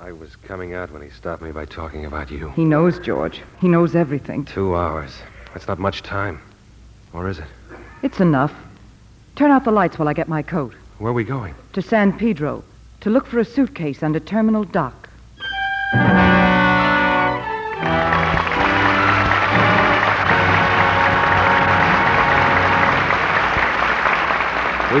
I was coming out when he stopped me by talking about you.
he knows George. He knows everything.
Two hours. That's not much time. Or is it?
It's enough. Turn out the lights while I get my coat.
Where are we going?
To San Pedro to look for a suitcase under terminal dock.
We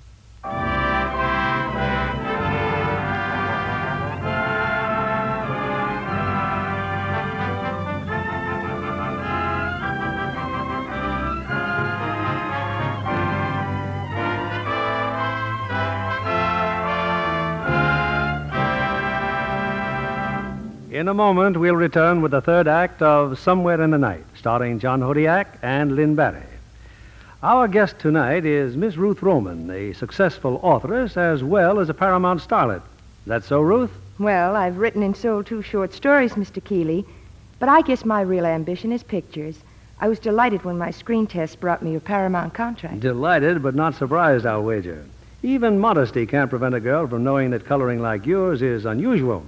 In a moment, we'll return with the third act of Somewhere in the Night, starring John Hodiak and Lynn Barry. Our guest tonight is Miss Ruth Roman, a successful authoress as well as a Paramount starlet. That so, Ruth?
Well, I've written and sold two short stories, Mr. Keeley, but I guess my real ambition is pictures. I was delighted when my screen test brought me a Paramount contract.
Delighted, but not surprised, I'll wager. Even modesty can't prevent a girl from knowing that coloring like yours is unusual.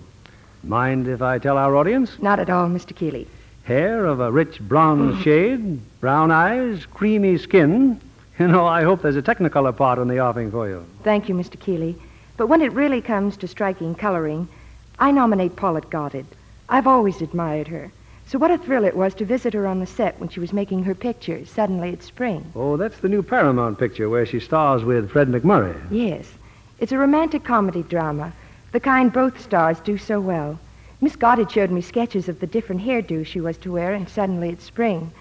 Mind if I tell our audience?
Not at all, Mr. Keeley. Mm-hmm.
Hair of a rich brown shade, brown eyes, creamy skin. You know, I hope there's a technicolor part in the offing for you.
Thank you, Mr. Keeley. But when it really comes to striking coloring, I nominate Paulette Goddard. I've always admired her. So what a thrill it was to visit her on the set when she was making her picture, Suddenly It's Spring.
Oh, that's the new Paramount picture where she stars with Fred McMurray.
Yes. It's a romantic comedy drama, the kind both stars do so well. Miss Goddard showed me sketches of the different hairdos she was to wear, and suddenly it's spring.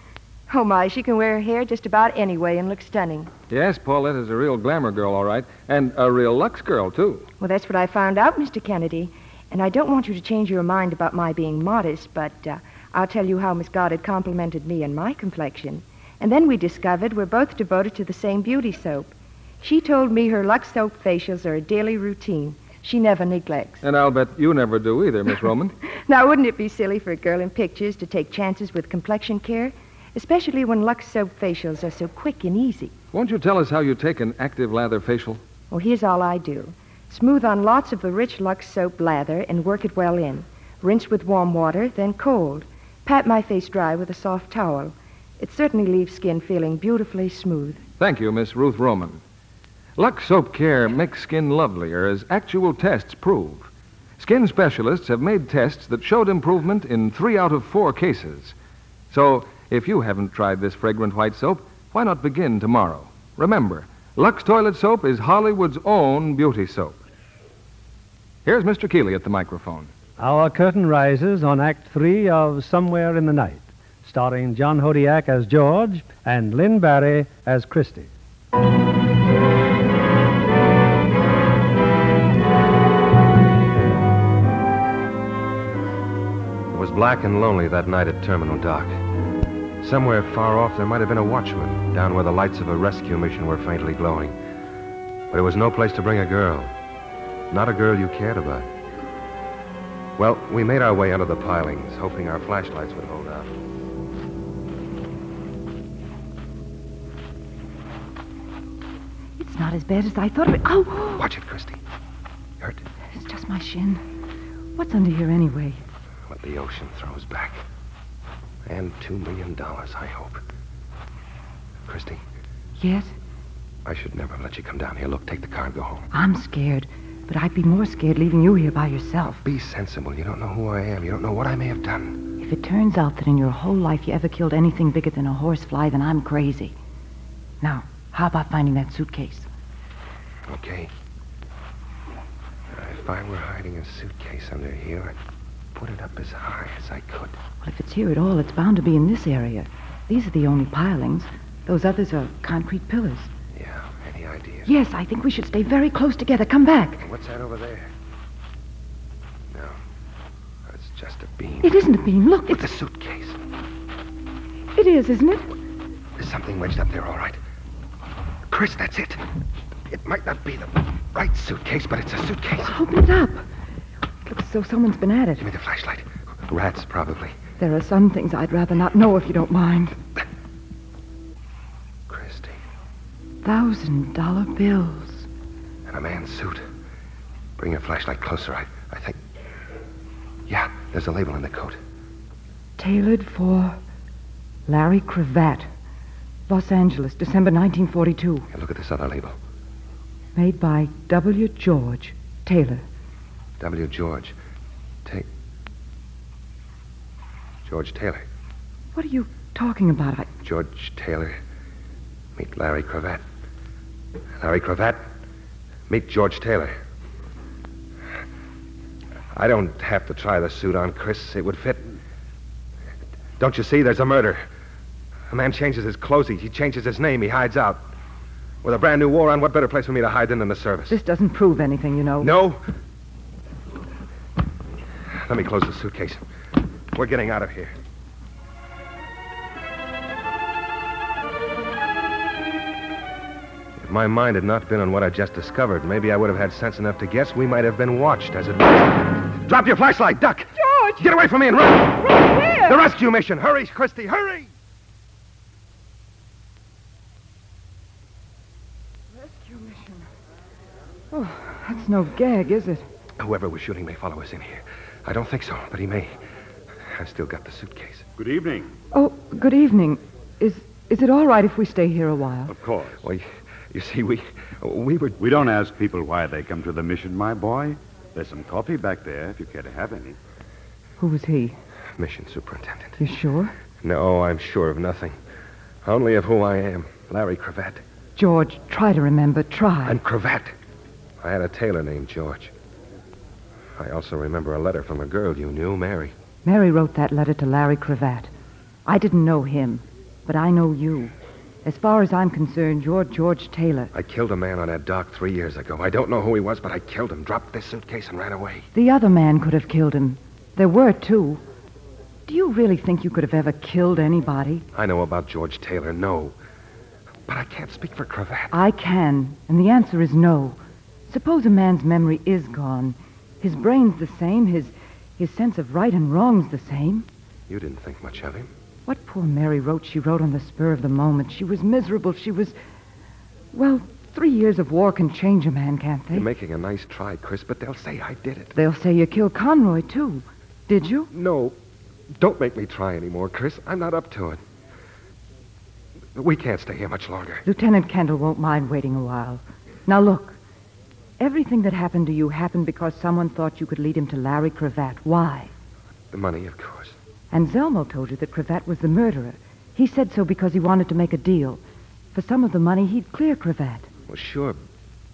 Oh, my, she can wear her hair just about any way and look stunning.
Yes, Paulette is a real glamour girl, all right, and a real Lux girl, too.
Well, that's what I found out, Mr. Kennedy. And I don't want you to change your mind about my being modest, but uh, I'll tell you how Miss Goddard complimented me and my complexion. And then we discovered we're both devoted to the same beauty soap. She told me her Lux soap facials are a daily routine. She never neglects.
And I'll bet you never do either, Miss Roman.
Now, wouldn't it be silly for a girl in pictures to take chances with complexion care? Especially when Lux soap facials are so quick and easy.
Won't you tell us how you take an active lather facial?
Well, here's all I do smooth on lots of the rich Lux soap lather and work it well in. Rinse with warm water, then cold. Pat my face dry with a soft towel. It certainly leaves skin feeling beautifully smooth.
Thank you, Miss Ruth Roman. Lux Soap Care makes skin lovelier, as actual tests prove. Skin specialists have made tests that showed improvement in three out of four cases. So, if you haven't tried this fragrant white soap, why not begin tomorrow? Remember, Lux Toilet Soap is Hollywood's own beauty soap. Here's Mr. Keeley at the microphone.
Our curtain rises on Act Three of Somewhere in the Night, starring John Hodiak as George and Lynn Barry as Christie.
It was black and lonely that night at Terminal Dock. Somewhere far off, there might have been a watchman, down where the lights of a rescue mission were faintly glowing. But it was no place to bring a girl. Not a girl you cared about. Well, we made our way under the pilings, hoping our flashlights would hold out.
It's not as bad as I thought it would. Oh!
Watch it, Christie. Hurt.
It's just my shin. What's under here anyway?
What the ocean throws back. And two million dollars, I hope. Christie,
Yes?
I should never have let you come down here. Look, take the car and go home.
I'm scared, but I'd be more scared leaving you here by yourself.
Be sensible. You don't know who I am. You don't know what I may have done.
If it turns out that in your whole life you ever killed anything bigger than a horsefly, then I'm crazy. Now, how about finding that suitcase?
Okay. Uh, If I were hiding a suitcase under here, I'd put it up as high as I could.
Well, if it's here at all, it's bound to be in this area. These are the only pilings. Those others are concrete pillars.
Yeah, any ideas?
Yes, I think we should stay very close together. Come back.
What's that over there? No. It's just a beam.
It isn't a beam. Look,
With a suitcase.
It is, isn't it?
There's something wedged up there, all right. Chris, that's it. It might not be the right suitcase, but it's a suitcase.
Open it up. Looks as though someone's been at it.
Give me the flashlight. Rats, probably.
There are some things I'd rather not know if you don't mind.
Christie.
Thousand dollar bills.
And a man's suit. Bring your flashlight closer, I, I think. Yeah, there's a label in the coat.
Tailored for Larry Cravat. Los Angeles, December 1942.
And look at this other label.
Made by W. George Taylor.
W. George. Take. George Taylor.
What are you talking about? I...
George Taylor. Meet Larry Cravat. Larry Cravat. Meet George Taylor. I don't have to try the suit on, Chris. It would fit. Don't you see? There's a murder. A man changes his clothes. He, he changes his name. He hides out. With a brand new war on, what better place for me to hide than in the service?
This doesn't prove anything, you know.
No. Let me close the suitcase. We're getting out of here. If my mind had not been on what I just discovered, maybe I would have had sense enough to guess we might have been watched as it was. Drop your flashlight, duck! George! Get away from me and run!
where?
The rescue mission! Hurry, Christie, hurry!
Rescue mission. Oh, that's no gag, is it?
Whoever was shooting may follow us in here. I don't think so, but he may. I've still got the suitcase. Good evening.
Oh, good evening. Is is it all right if we stay here a while?
Of course. Well, you, you see, we we were.
We don't ask people why they come to the mission, my boy. There's some coffee back there if you care to have any.
Who was he?
Mission superintendent.
You sure?
No, I'm sure of nothing. Only of who I am Larry Cravat.
George, try to remember. Try.
And Cravat. I had a tailor named George. I also remember a letter from a girl you knew, Mary.
Mary wrote that letter to Larry Cravat. I didn't know him, but I know you. As far as I'm concerned, you're George Taylor.
I killed a man on that dock three years ago. I don't know who he was, but I killed him, dropped this suitcase, and ran away.
The other man could have killed him. There were two. Do you really think you could have ever killed anybody?
I know about George Taylor, no. But I can't speak for Cravat.
I can, and the answer is no. Suppose a man's memory is gone. His brain's the same, his, his sense of right and wrong's the same.
You didn't think much of him.
What poor Mary wrote, she wrote on the spur of the moment. She was miserable. She was. Well, three years of war can change a man, can't they?
You're making a nice try, Chris, but they'll say I did it.
They'll say you killed Conroy, too. Did you?
No. Don't make me try anymore, Chris. I'm not up to it. We can't stay here much longer.
Lieutenant Kendall won't mind waiting a while. Now look, everything that happened to you happened because someone thought you could lead him to Larry Cravat. Why?
The money, of course.
And Zelmo told you that Cravat was the murderer. He said so because he wanted to make a deal. For some of the money, he'd clear Cravat.
Well, sure.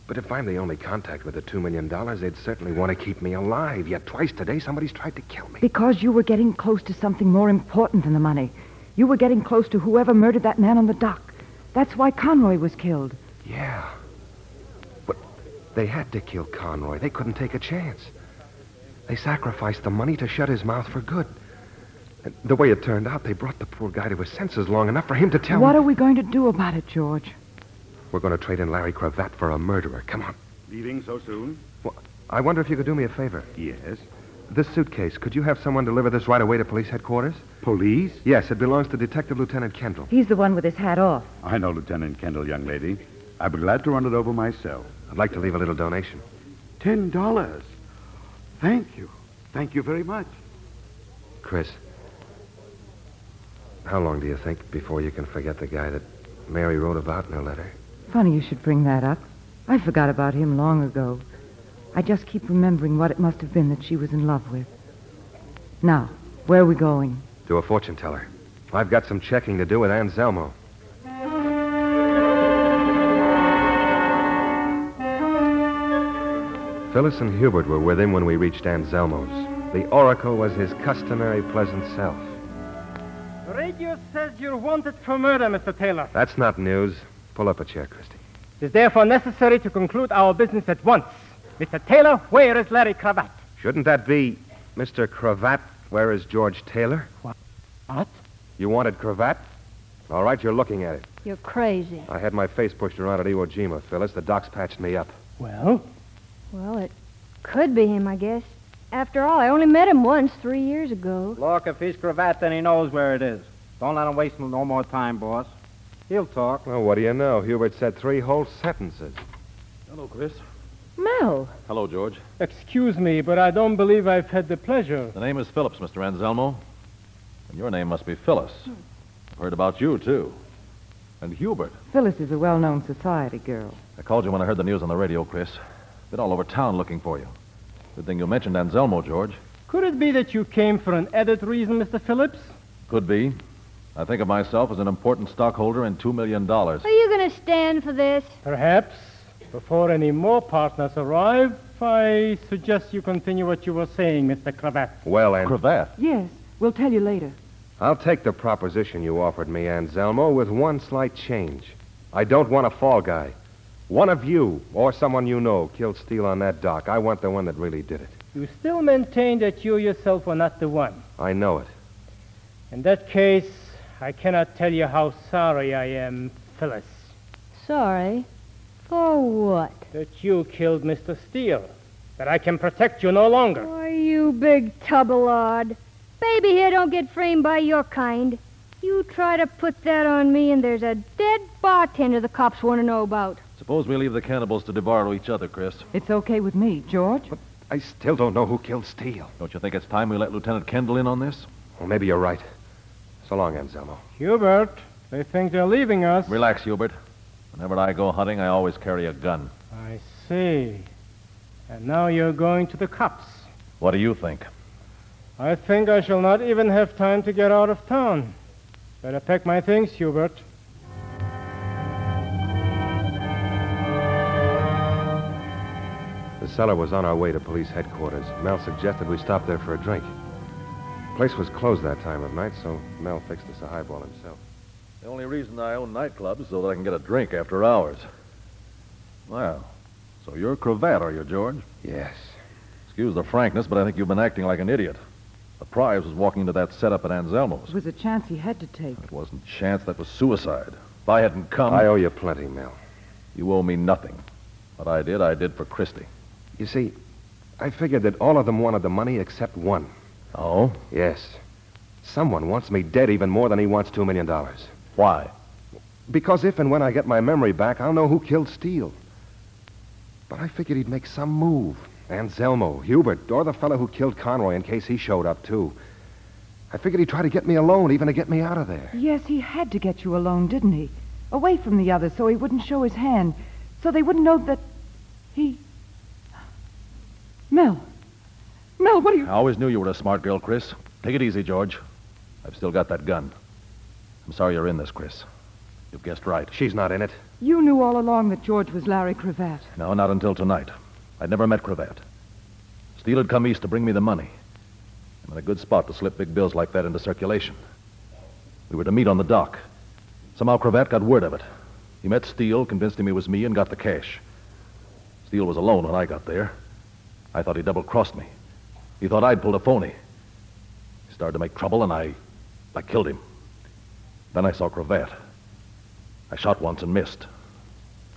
But if I'm the only contact with the $2 million, they'd certainly want to keep me alive. Yet twice today, somebody's tried to kill me.
Because you were getting close to something more important than the money. You were getting close to whoever murdered that man on the dock. That's why Conroy was killed.
Yeah. But they had to kill Conroy. They couldn't take a chance. They sacrificed the money to shut his mouth for good. And the way it turned out, they brought the poor guy to his senses long enough for him to tell
what
me.
are we going to do about it, George?
We're going to trade in Larry Cravat for a murderer. Come on.
Leaving so soon?
I wonder if you could do me a favor.
Yes.
This suitcase, could you have someone deliver this right away to police headquarters?
Police?
Yes, it belongs to Detective Lieutenant Kendall.
He's the one with his hat off.
I know Lieutenant Kendall, young lady. I'd be glad to run it over myself.
I'd like to leave a little donation.
Ten dollars. Thank you. Thank you very much.
Chris, how long do you think before you can forget the guy that Mary wrote about in her letter?
Funny you should bring that up. I forgot about him long ago. I just keep remembering what it must have been that she was in love with. Now, where are we going?
To a fortune teller. I've got some checking to do with Anselmo. Phyllis and Hubert were with him when we reached Anselmo's. The oracle was his customary pleasant self.
The radio says you're wanted for murder, Mr. Taylor.
That's not news. Pull up a chair, Christie.
It is therefore necessary to conclude our business at once. Mr. Taylor, where is Larry Cravat?
Shouldn't that be Mr. Cravat? Where is George Taylor? What?
What?
You wanted Cravat? All right, you're looking at it.
You're crazy.
I had my face pushed around at Iwo Jima, Phyllis. The docs patched me up.
Well?
Well, it could be him, I guess. After all, I only met him once three years ago.
Look, if he's cravat, then he knows where it is. Don't let him waste no more time, boss. He'll talk.
Well, what do you know? Hubert said three whole sentences.
Hello, Chris.
Mel.
Hello, George.
Excuse me, but I don't believe I've had the pleasure.
The name is Phillips, Mr. Anselmo. And your name must be Phyllis. I've heard about you, too. And Hubert.
Phyllis is a well known society girl.
I called you when I heard the news on the radio, Chris. Been all over town looking for you. Good thing you mentioned Anselmo, George.
Could it be that you came for an added reason, Mr. Phillips?
Could be. I think of myself as an important stockholder in $2 million.
Are you going to stand for this?
Perhaps. Before any more partners arrive, I suggest you continue what you were saying, Mr. Cravat.
Well, and.
Cravat?
Yes, we'll tell you later.
I'll take the proposition you offered me, Anselmo, with one slight change. I don't want a fall guy. One of you, or someone you know, killed Steele on that dock. I want the one that really did it.
You still maintain that you yourself were not the one.
I know it.
In that case, I cannot tell you how sorry I am, Phyllis,
Sorry. For what?
that you killed Mr. Steele, that I can protect you no longer.
Why, you big tub of lard. Baby here don't get framed by your kind. You try to put that on me, and there's a dead bartender the cops want to know about.
Suppose we leave the cannibals to devour each other, Chris.
It's okay with me, George.
I still don't know who killed Steele.
Don't you think it's time we let Lieutenant Kendall in on this?
Well, maybe you're right. So long, Anselmo.
Hubert, they think they're leaving us.
Relax, Hubert. Whenever I go hunting, I always carry a gun.
I see. And now you're going to the cops.
What do you think?
I think I shall not even have time to get out of town. Better pack my things, Hubert.
The cellar was on our way to police headquarters. Mel suggested we stop there for a drink. Place was closed that time of night, so Mel fixed us a highball himself.
The only reason I own nightclubs is so that I can get a drink after hours. Well, so you're cravat, are you, George?
Yes.
Excuse the frankness, but I think you've been acting like an idiot. The prize was walking into that setup at Anselmo's.
It was a chance he had to take.
It wasn't chance, that was suicide. If I hadn't come.
I owe you plenty, Mel.
You owe me nothing. What I did, I did for Christie.
You see, I figured that all of them wanted the money except one.
Oh?
Yes. Someone wants me dead even more than he wants $2 million.
Why?
Because if and when I get my memory back, I'll know who killed Steele. But I figured he'd make some move. Anselmo, Hubert, or the fellow who killed Conroy in case he showed up, too. I figured he'd try to get me alone, even to get me out of there.
Yes, he had to get you alone, didn't he? Away from the others so he wouldn't show his hand. So they wouldn't know that he. Mel. Mel, what are you.
I always knew you were a smart girl, Chris. Take it easy, George. I've still got that gun. I'm sorry you're in this, Chris. You've guessed right.
She's not in it.
You knew all along that George was Larry Cravat.
No, not until tonight. I'd never met Cravat. Steele had come east to bring me the money. I'm in a good spot to slip big bills like that into circulation. We were to meet on the dock. Somehow Cravat got word of it. He met Steele, convinced him he was me, and got the cash. Steele was alone when I got there. I thought he double crossed me. He thought I'd pulled a phony. He started to make trouble, and I. I killed him. Then I saw Cravat. I shot once and missed.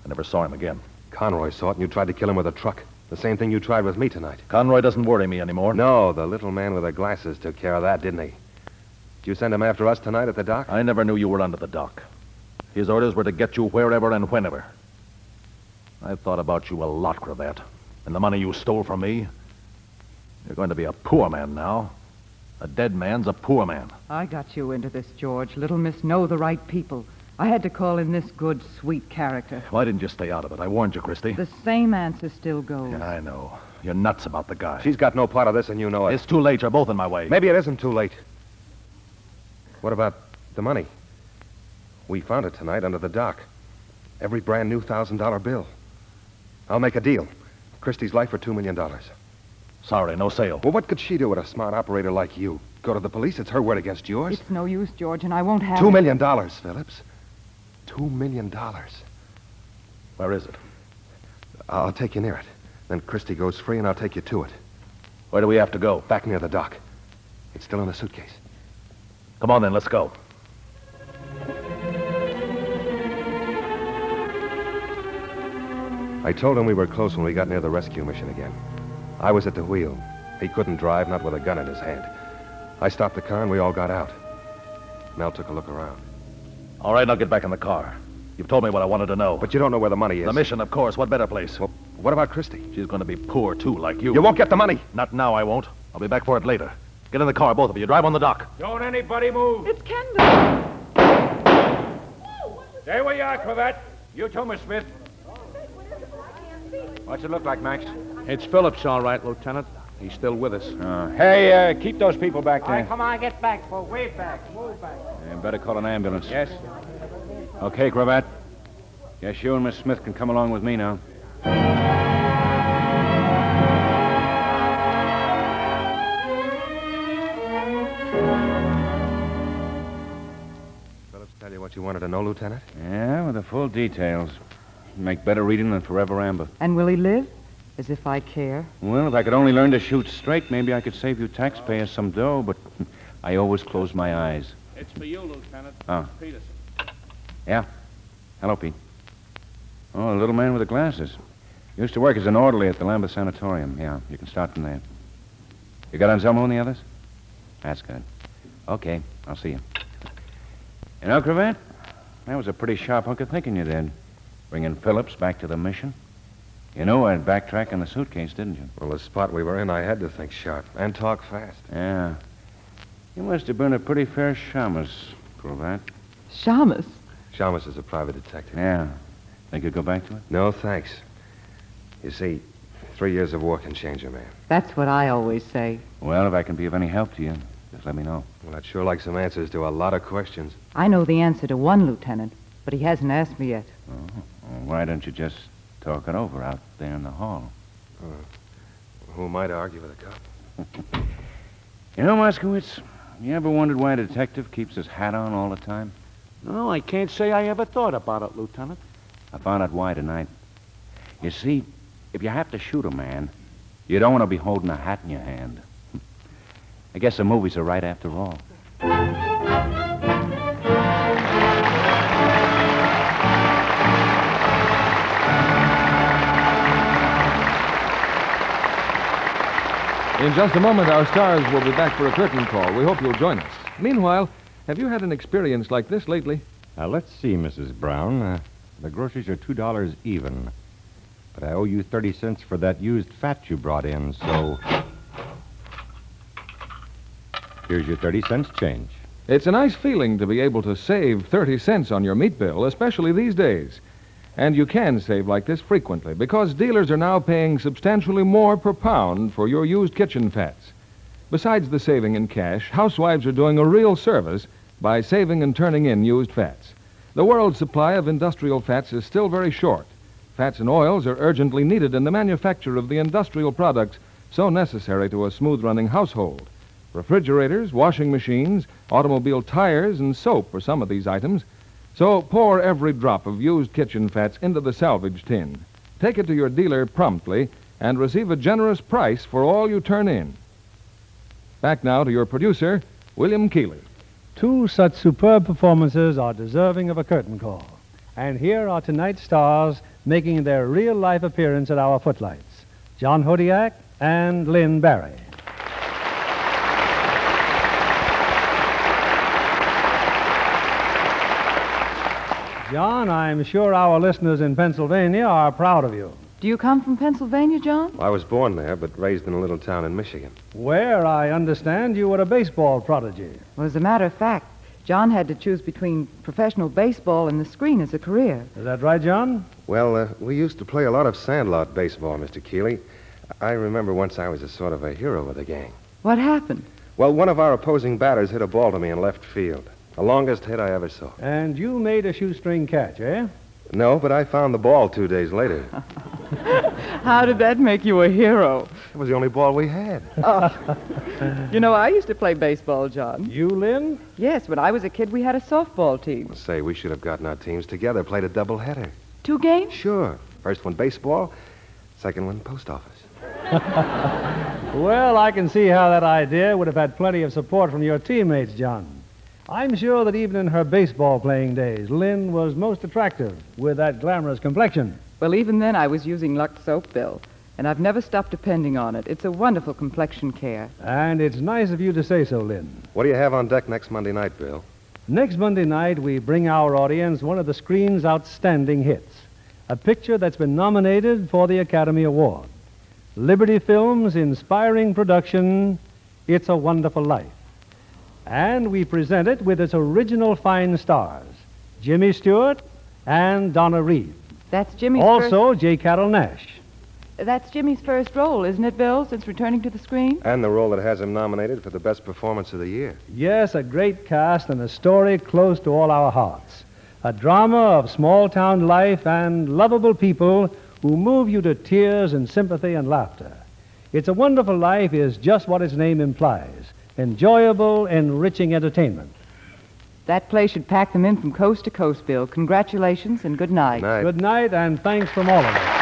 I never saw him again.
Conroy saw it, and you tried to kill him with a truck. The same thing you tried with me tonight.
Conroy doesn't worry me anymore.
No, the little man with the glasses took care of that, didn't he? Did you send him after us tonight at the dock?
I never knew you were under the dock. His orders were to get you wherever and whenever. I've thought about you a lot, Cravat. And the money you stole from me. You're going to be a poor man now. A dead man's a poor man.
I got you into this, George. Little Miss Know the Right People. I had to call in this good, sweet character.
Why didn't you stay out of it? I warned you, Christie.
The same answer still goes.
Yeah, I know. You're nuts about the guy.
She's got no part of this, and you know it.
It's too late. You're both in my way.
Maybe it isn't too late. What about the money? We found it tonight under the dock. Every brand new $1,000 bill. I'll make a deal. Christie's life for $2 million.
Sorry, no sale.
Well, what could she do with a smart operator like you? Go to the police? It's her word against yours.
It's no use, George, and I won't have.
Two
it.
million dollars, Phillips. Two million dollars.
Where is it?
I'll take you near it. Then Christie goes free, and I'll take you to it.
Where do we have to go?
Back near the dock. It's still in the suitcase.
Come on, then, let's go.
I told him we were close when we got near the rescue mission again. I was at the wheel. He couldn't drive, not with a gun in his hand. I stopped the car, and we all got out. Mel took a look around.
All right, now get back in the car. You've told me what I wanted to know.
But you don't know where the money is.
The mission, of course. What better place?
Well, what about Christie?
She's going to be poor, too, like you.
You won't get the money.
Not now, I won't. I'll be back for it later. Get in the car, both of you. Drive on the dock.
Don't anybody move.
It's Kendall.
There we are, Cravat. You too, Miss Smith. What's it look like, Max?
It's Phillips, all right, Lieutenant. He's still with us.
Uh, hey, uh, keep those people back there.
Right, come on, get back, boy. Way back. Move back.
Yeah, better call an ambulance.
Yes.
Okay, Cravat. Yes, you and Miss Smith can come along with me now.
Phillips, tell you what you wanted to know, Lieutenant?
Yeah, with the full details. Make better reading than Forever Amber.
And will he live? As if I care.
Well, if I could only learn to shoot straight, maybe I could save you taxpayers some dough, but I always close my eyes.
It's for you, Lieutenant.
Oh.
Peterson.
Yeah? Hello, Pete. Oh, the little man with the glasses. Used to work as an orderly at the Lambeth Sanatorium. Yeah, you can start from there. You got Anselmo and the others? That's good. Okay, I'll see you. You know, Cravat, that was a pretty sharp hunk of thinking you did. Bringing Phillips back to the mission. You know I'd backtrack on the suitcase, didn't you?
Well, the spot we were in, I had to think sharp and talk fast.
Yeah. You must have been a pretty fair shamus, Cravat.
Shamus?
Shamus is a private detective.
Yeah. Think you'd go back to it?
No, thanks. You see, three years of war can change a man.
That's what I always say.
Well, if I can be of any help to you, just let me know.
Well, I'd sure like some answers to a lot of questions.
I know the answer to one, Lieutenant, but he hasn't asked me yet.
Oh. Well, why don't you just talk it over out there in the hall?
Uh, who am I to argue with a cop?
you know, Moskowitz, you ever wondered why a detective keeps his hat on all the time?
No, I can't say I ever thought about it, Lieutenant.
I found out why tonight. You see, if you have to shoot a man, you don't want to be holding a hat in your hand. I guess the movies are right after all.
In just a moment, our stars will be back for a curtain call. We hope you'll join us. Meanwhile, have you had an experience like this lately?
Now, let's see, Mrs. Brown. Uh, the groceries are $2 even. But I owe you 30 cents for that used fat you brought in, so.
Here's your 30 cents change.
It's a nice feeling to be able to save 30 cents on your meat bill, especially these days. And you can save like this frequently because dealers are now paying substantially more per pound for your used kitchen fats. Besides the saving in cash, housewives are doing a real service by saving and turning in used fats. The world's supply of industrial fats is still very short. Fats and oils are urgently needed in the manufacture of the industrial products so necessary to a smooth running household. Refrigerators, washing machines, automobile tires, and soap are some of these items. So pour every drop of used kitchen fats into the salvage tin. Take it to your dealer promptly and receive a generous price for all you turn in. Back now to your producer, William Keeley.
Two such superb performances are deserving of a curtain call. And here are tonight's stars making their real life appearance at our footlights John Hodiak and Lynn Barry. John, I'm sure our listeners in Pennsylvania are proud of you.
Do you come from Pennsylvania, John?
I was born there, but raised in a little town in Michigan.
Where, I understand, you were a baseball prodigy.
Well, as a matter of fact, John had to choose between professional baseball and the screen as a career.
Is that right, John?
Well, uh, we used to play a lot of sandlot baseball, Mr. Keeley. I remember once I was a sort of a hero of the gang.
What happened?
Well, one of our opposing batters hit a ball to me in left field. The longest hit I ever saw.
And you made a shoestring catch, eh?
No, but I found the ball two days later.
How did that make you a hero?
It was the only ball we had.
Oh. you know, I used to play baseball, John.
You, Lynn?
Yes, when I was a kid, we had a softball team.
Say, we should have gotten our teams together, played a doubleheader.
Two games?
Sure. First one baseball, second one post office.
well, I can see how that idea would have had plenty of support from your teammates, John. I'm sure that even in her baseball playing days, Lynn was most attractive with that glamorous complexion.
Well, even then, I was using Lux Soap, Bill, and I've never stopped depending on it. It's a wonderful complexion care.
And it's nice of you to say so, Lynn.
What do you have on deck next Monday night, Bill?
Next Monday night, we bring our audience one of the screen's outstanding hits a picture that's been nominated for the Academy Award. Liberty Films' inspiring production, It's a Wonderful Life. And we present it with its original fine stars, Jimmy Stewart and Donna Reed.
That's Jimmy's
Also, J. Carroll Nash.
first, that's Jimmy's first role, isn't it, Bill? Since returning to the screen.
And the role that has him nominated for the best performance of the year.
Yes, a great cast and a story close to all our hearts. A drama of small town life and lovable people who move you to tears and sympathy and laughter. It's a Wonderful Life is just what its name implies enjoyable, enriching entertainment.
That play should pack them in from coast to coast, Bill. Congratulations and good night.
Good night, and thanks from all of us.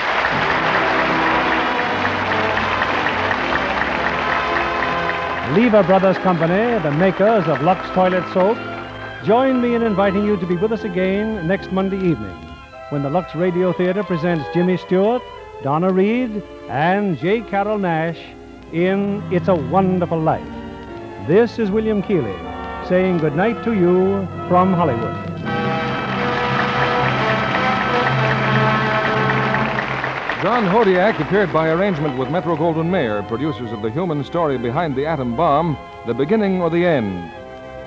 Lever Brothers Company, the makers of Lux Toilet Soap, join me in inviting you to be with us again next Monday evening when the Lux Radio Theater presents Jimmy Stewart, Donna Reed, and J. Carroll Nash in It's a Wonderful Life. This is William Keeley saying good night to you from Hollywood.
John Hodiak appeared by arrangement with Metro Goldwyn Mayer, producers of the human story behind the atom bomb, The Beginning or the End.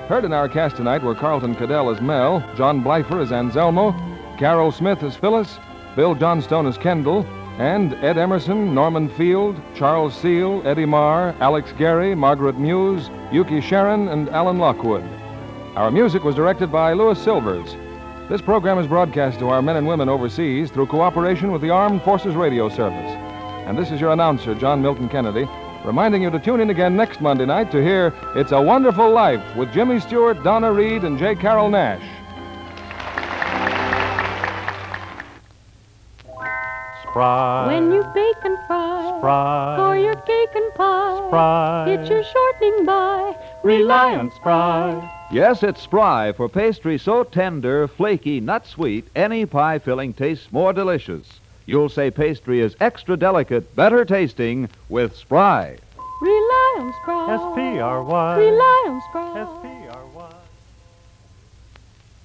Heard in our cast tonight were Carlton Cadell as Mel, John Blyfer as Anselmo, Carol Smith as Phyllis, Bill Johnstone as Kendall, and Ed Emerson, Norman Field, Charles Seal, Eddie Marr, Alex Gary, Margaret Muse, Yuki Sharon, and Alan Lockwood. Our music was directed by Louis Silvers. This program is broadcast to our men and women overseas through cooperation with the Armed Forces Radio Service. And this is your announcer, John Milton Kennedy, reminding you to tune in again next Monday night to hear It's a Wonderful Life with Jimmy Stewart, Donna Reed, and J. Carroll Nash.
Spry.
When you bake and fry
Spry.
for your cake and pie,
Spry.
it's your shortening by.
Rely on Spry.
Yes, it's Spry for pastry so tender, flaky, nut sweet, any pie filling tastes more delicious. You'll say pastry is extra delicate, better tasting with Spry.
Rely on Spry.
S-P-R-Y.
Rely on Spry. S-P-R-Y.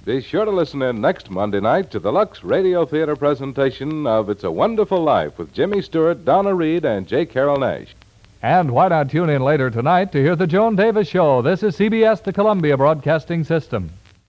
Be sure to listen in next Monday night to the Lux Radio Theater presentation of It's a Wonderful Life with Jimmy Stewart, Donna Reed, and J. Carroll Nash.
And why not tune in later tonight to hear The Joan Davis Show? This is CBS, the Columbia Broadcasting System.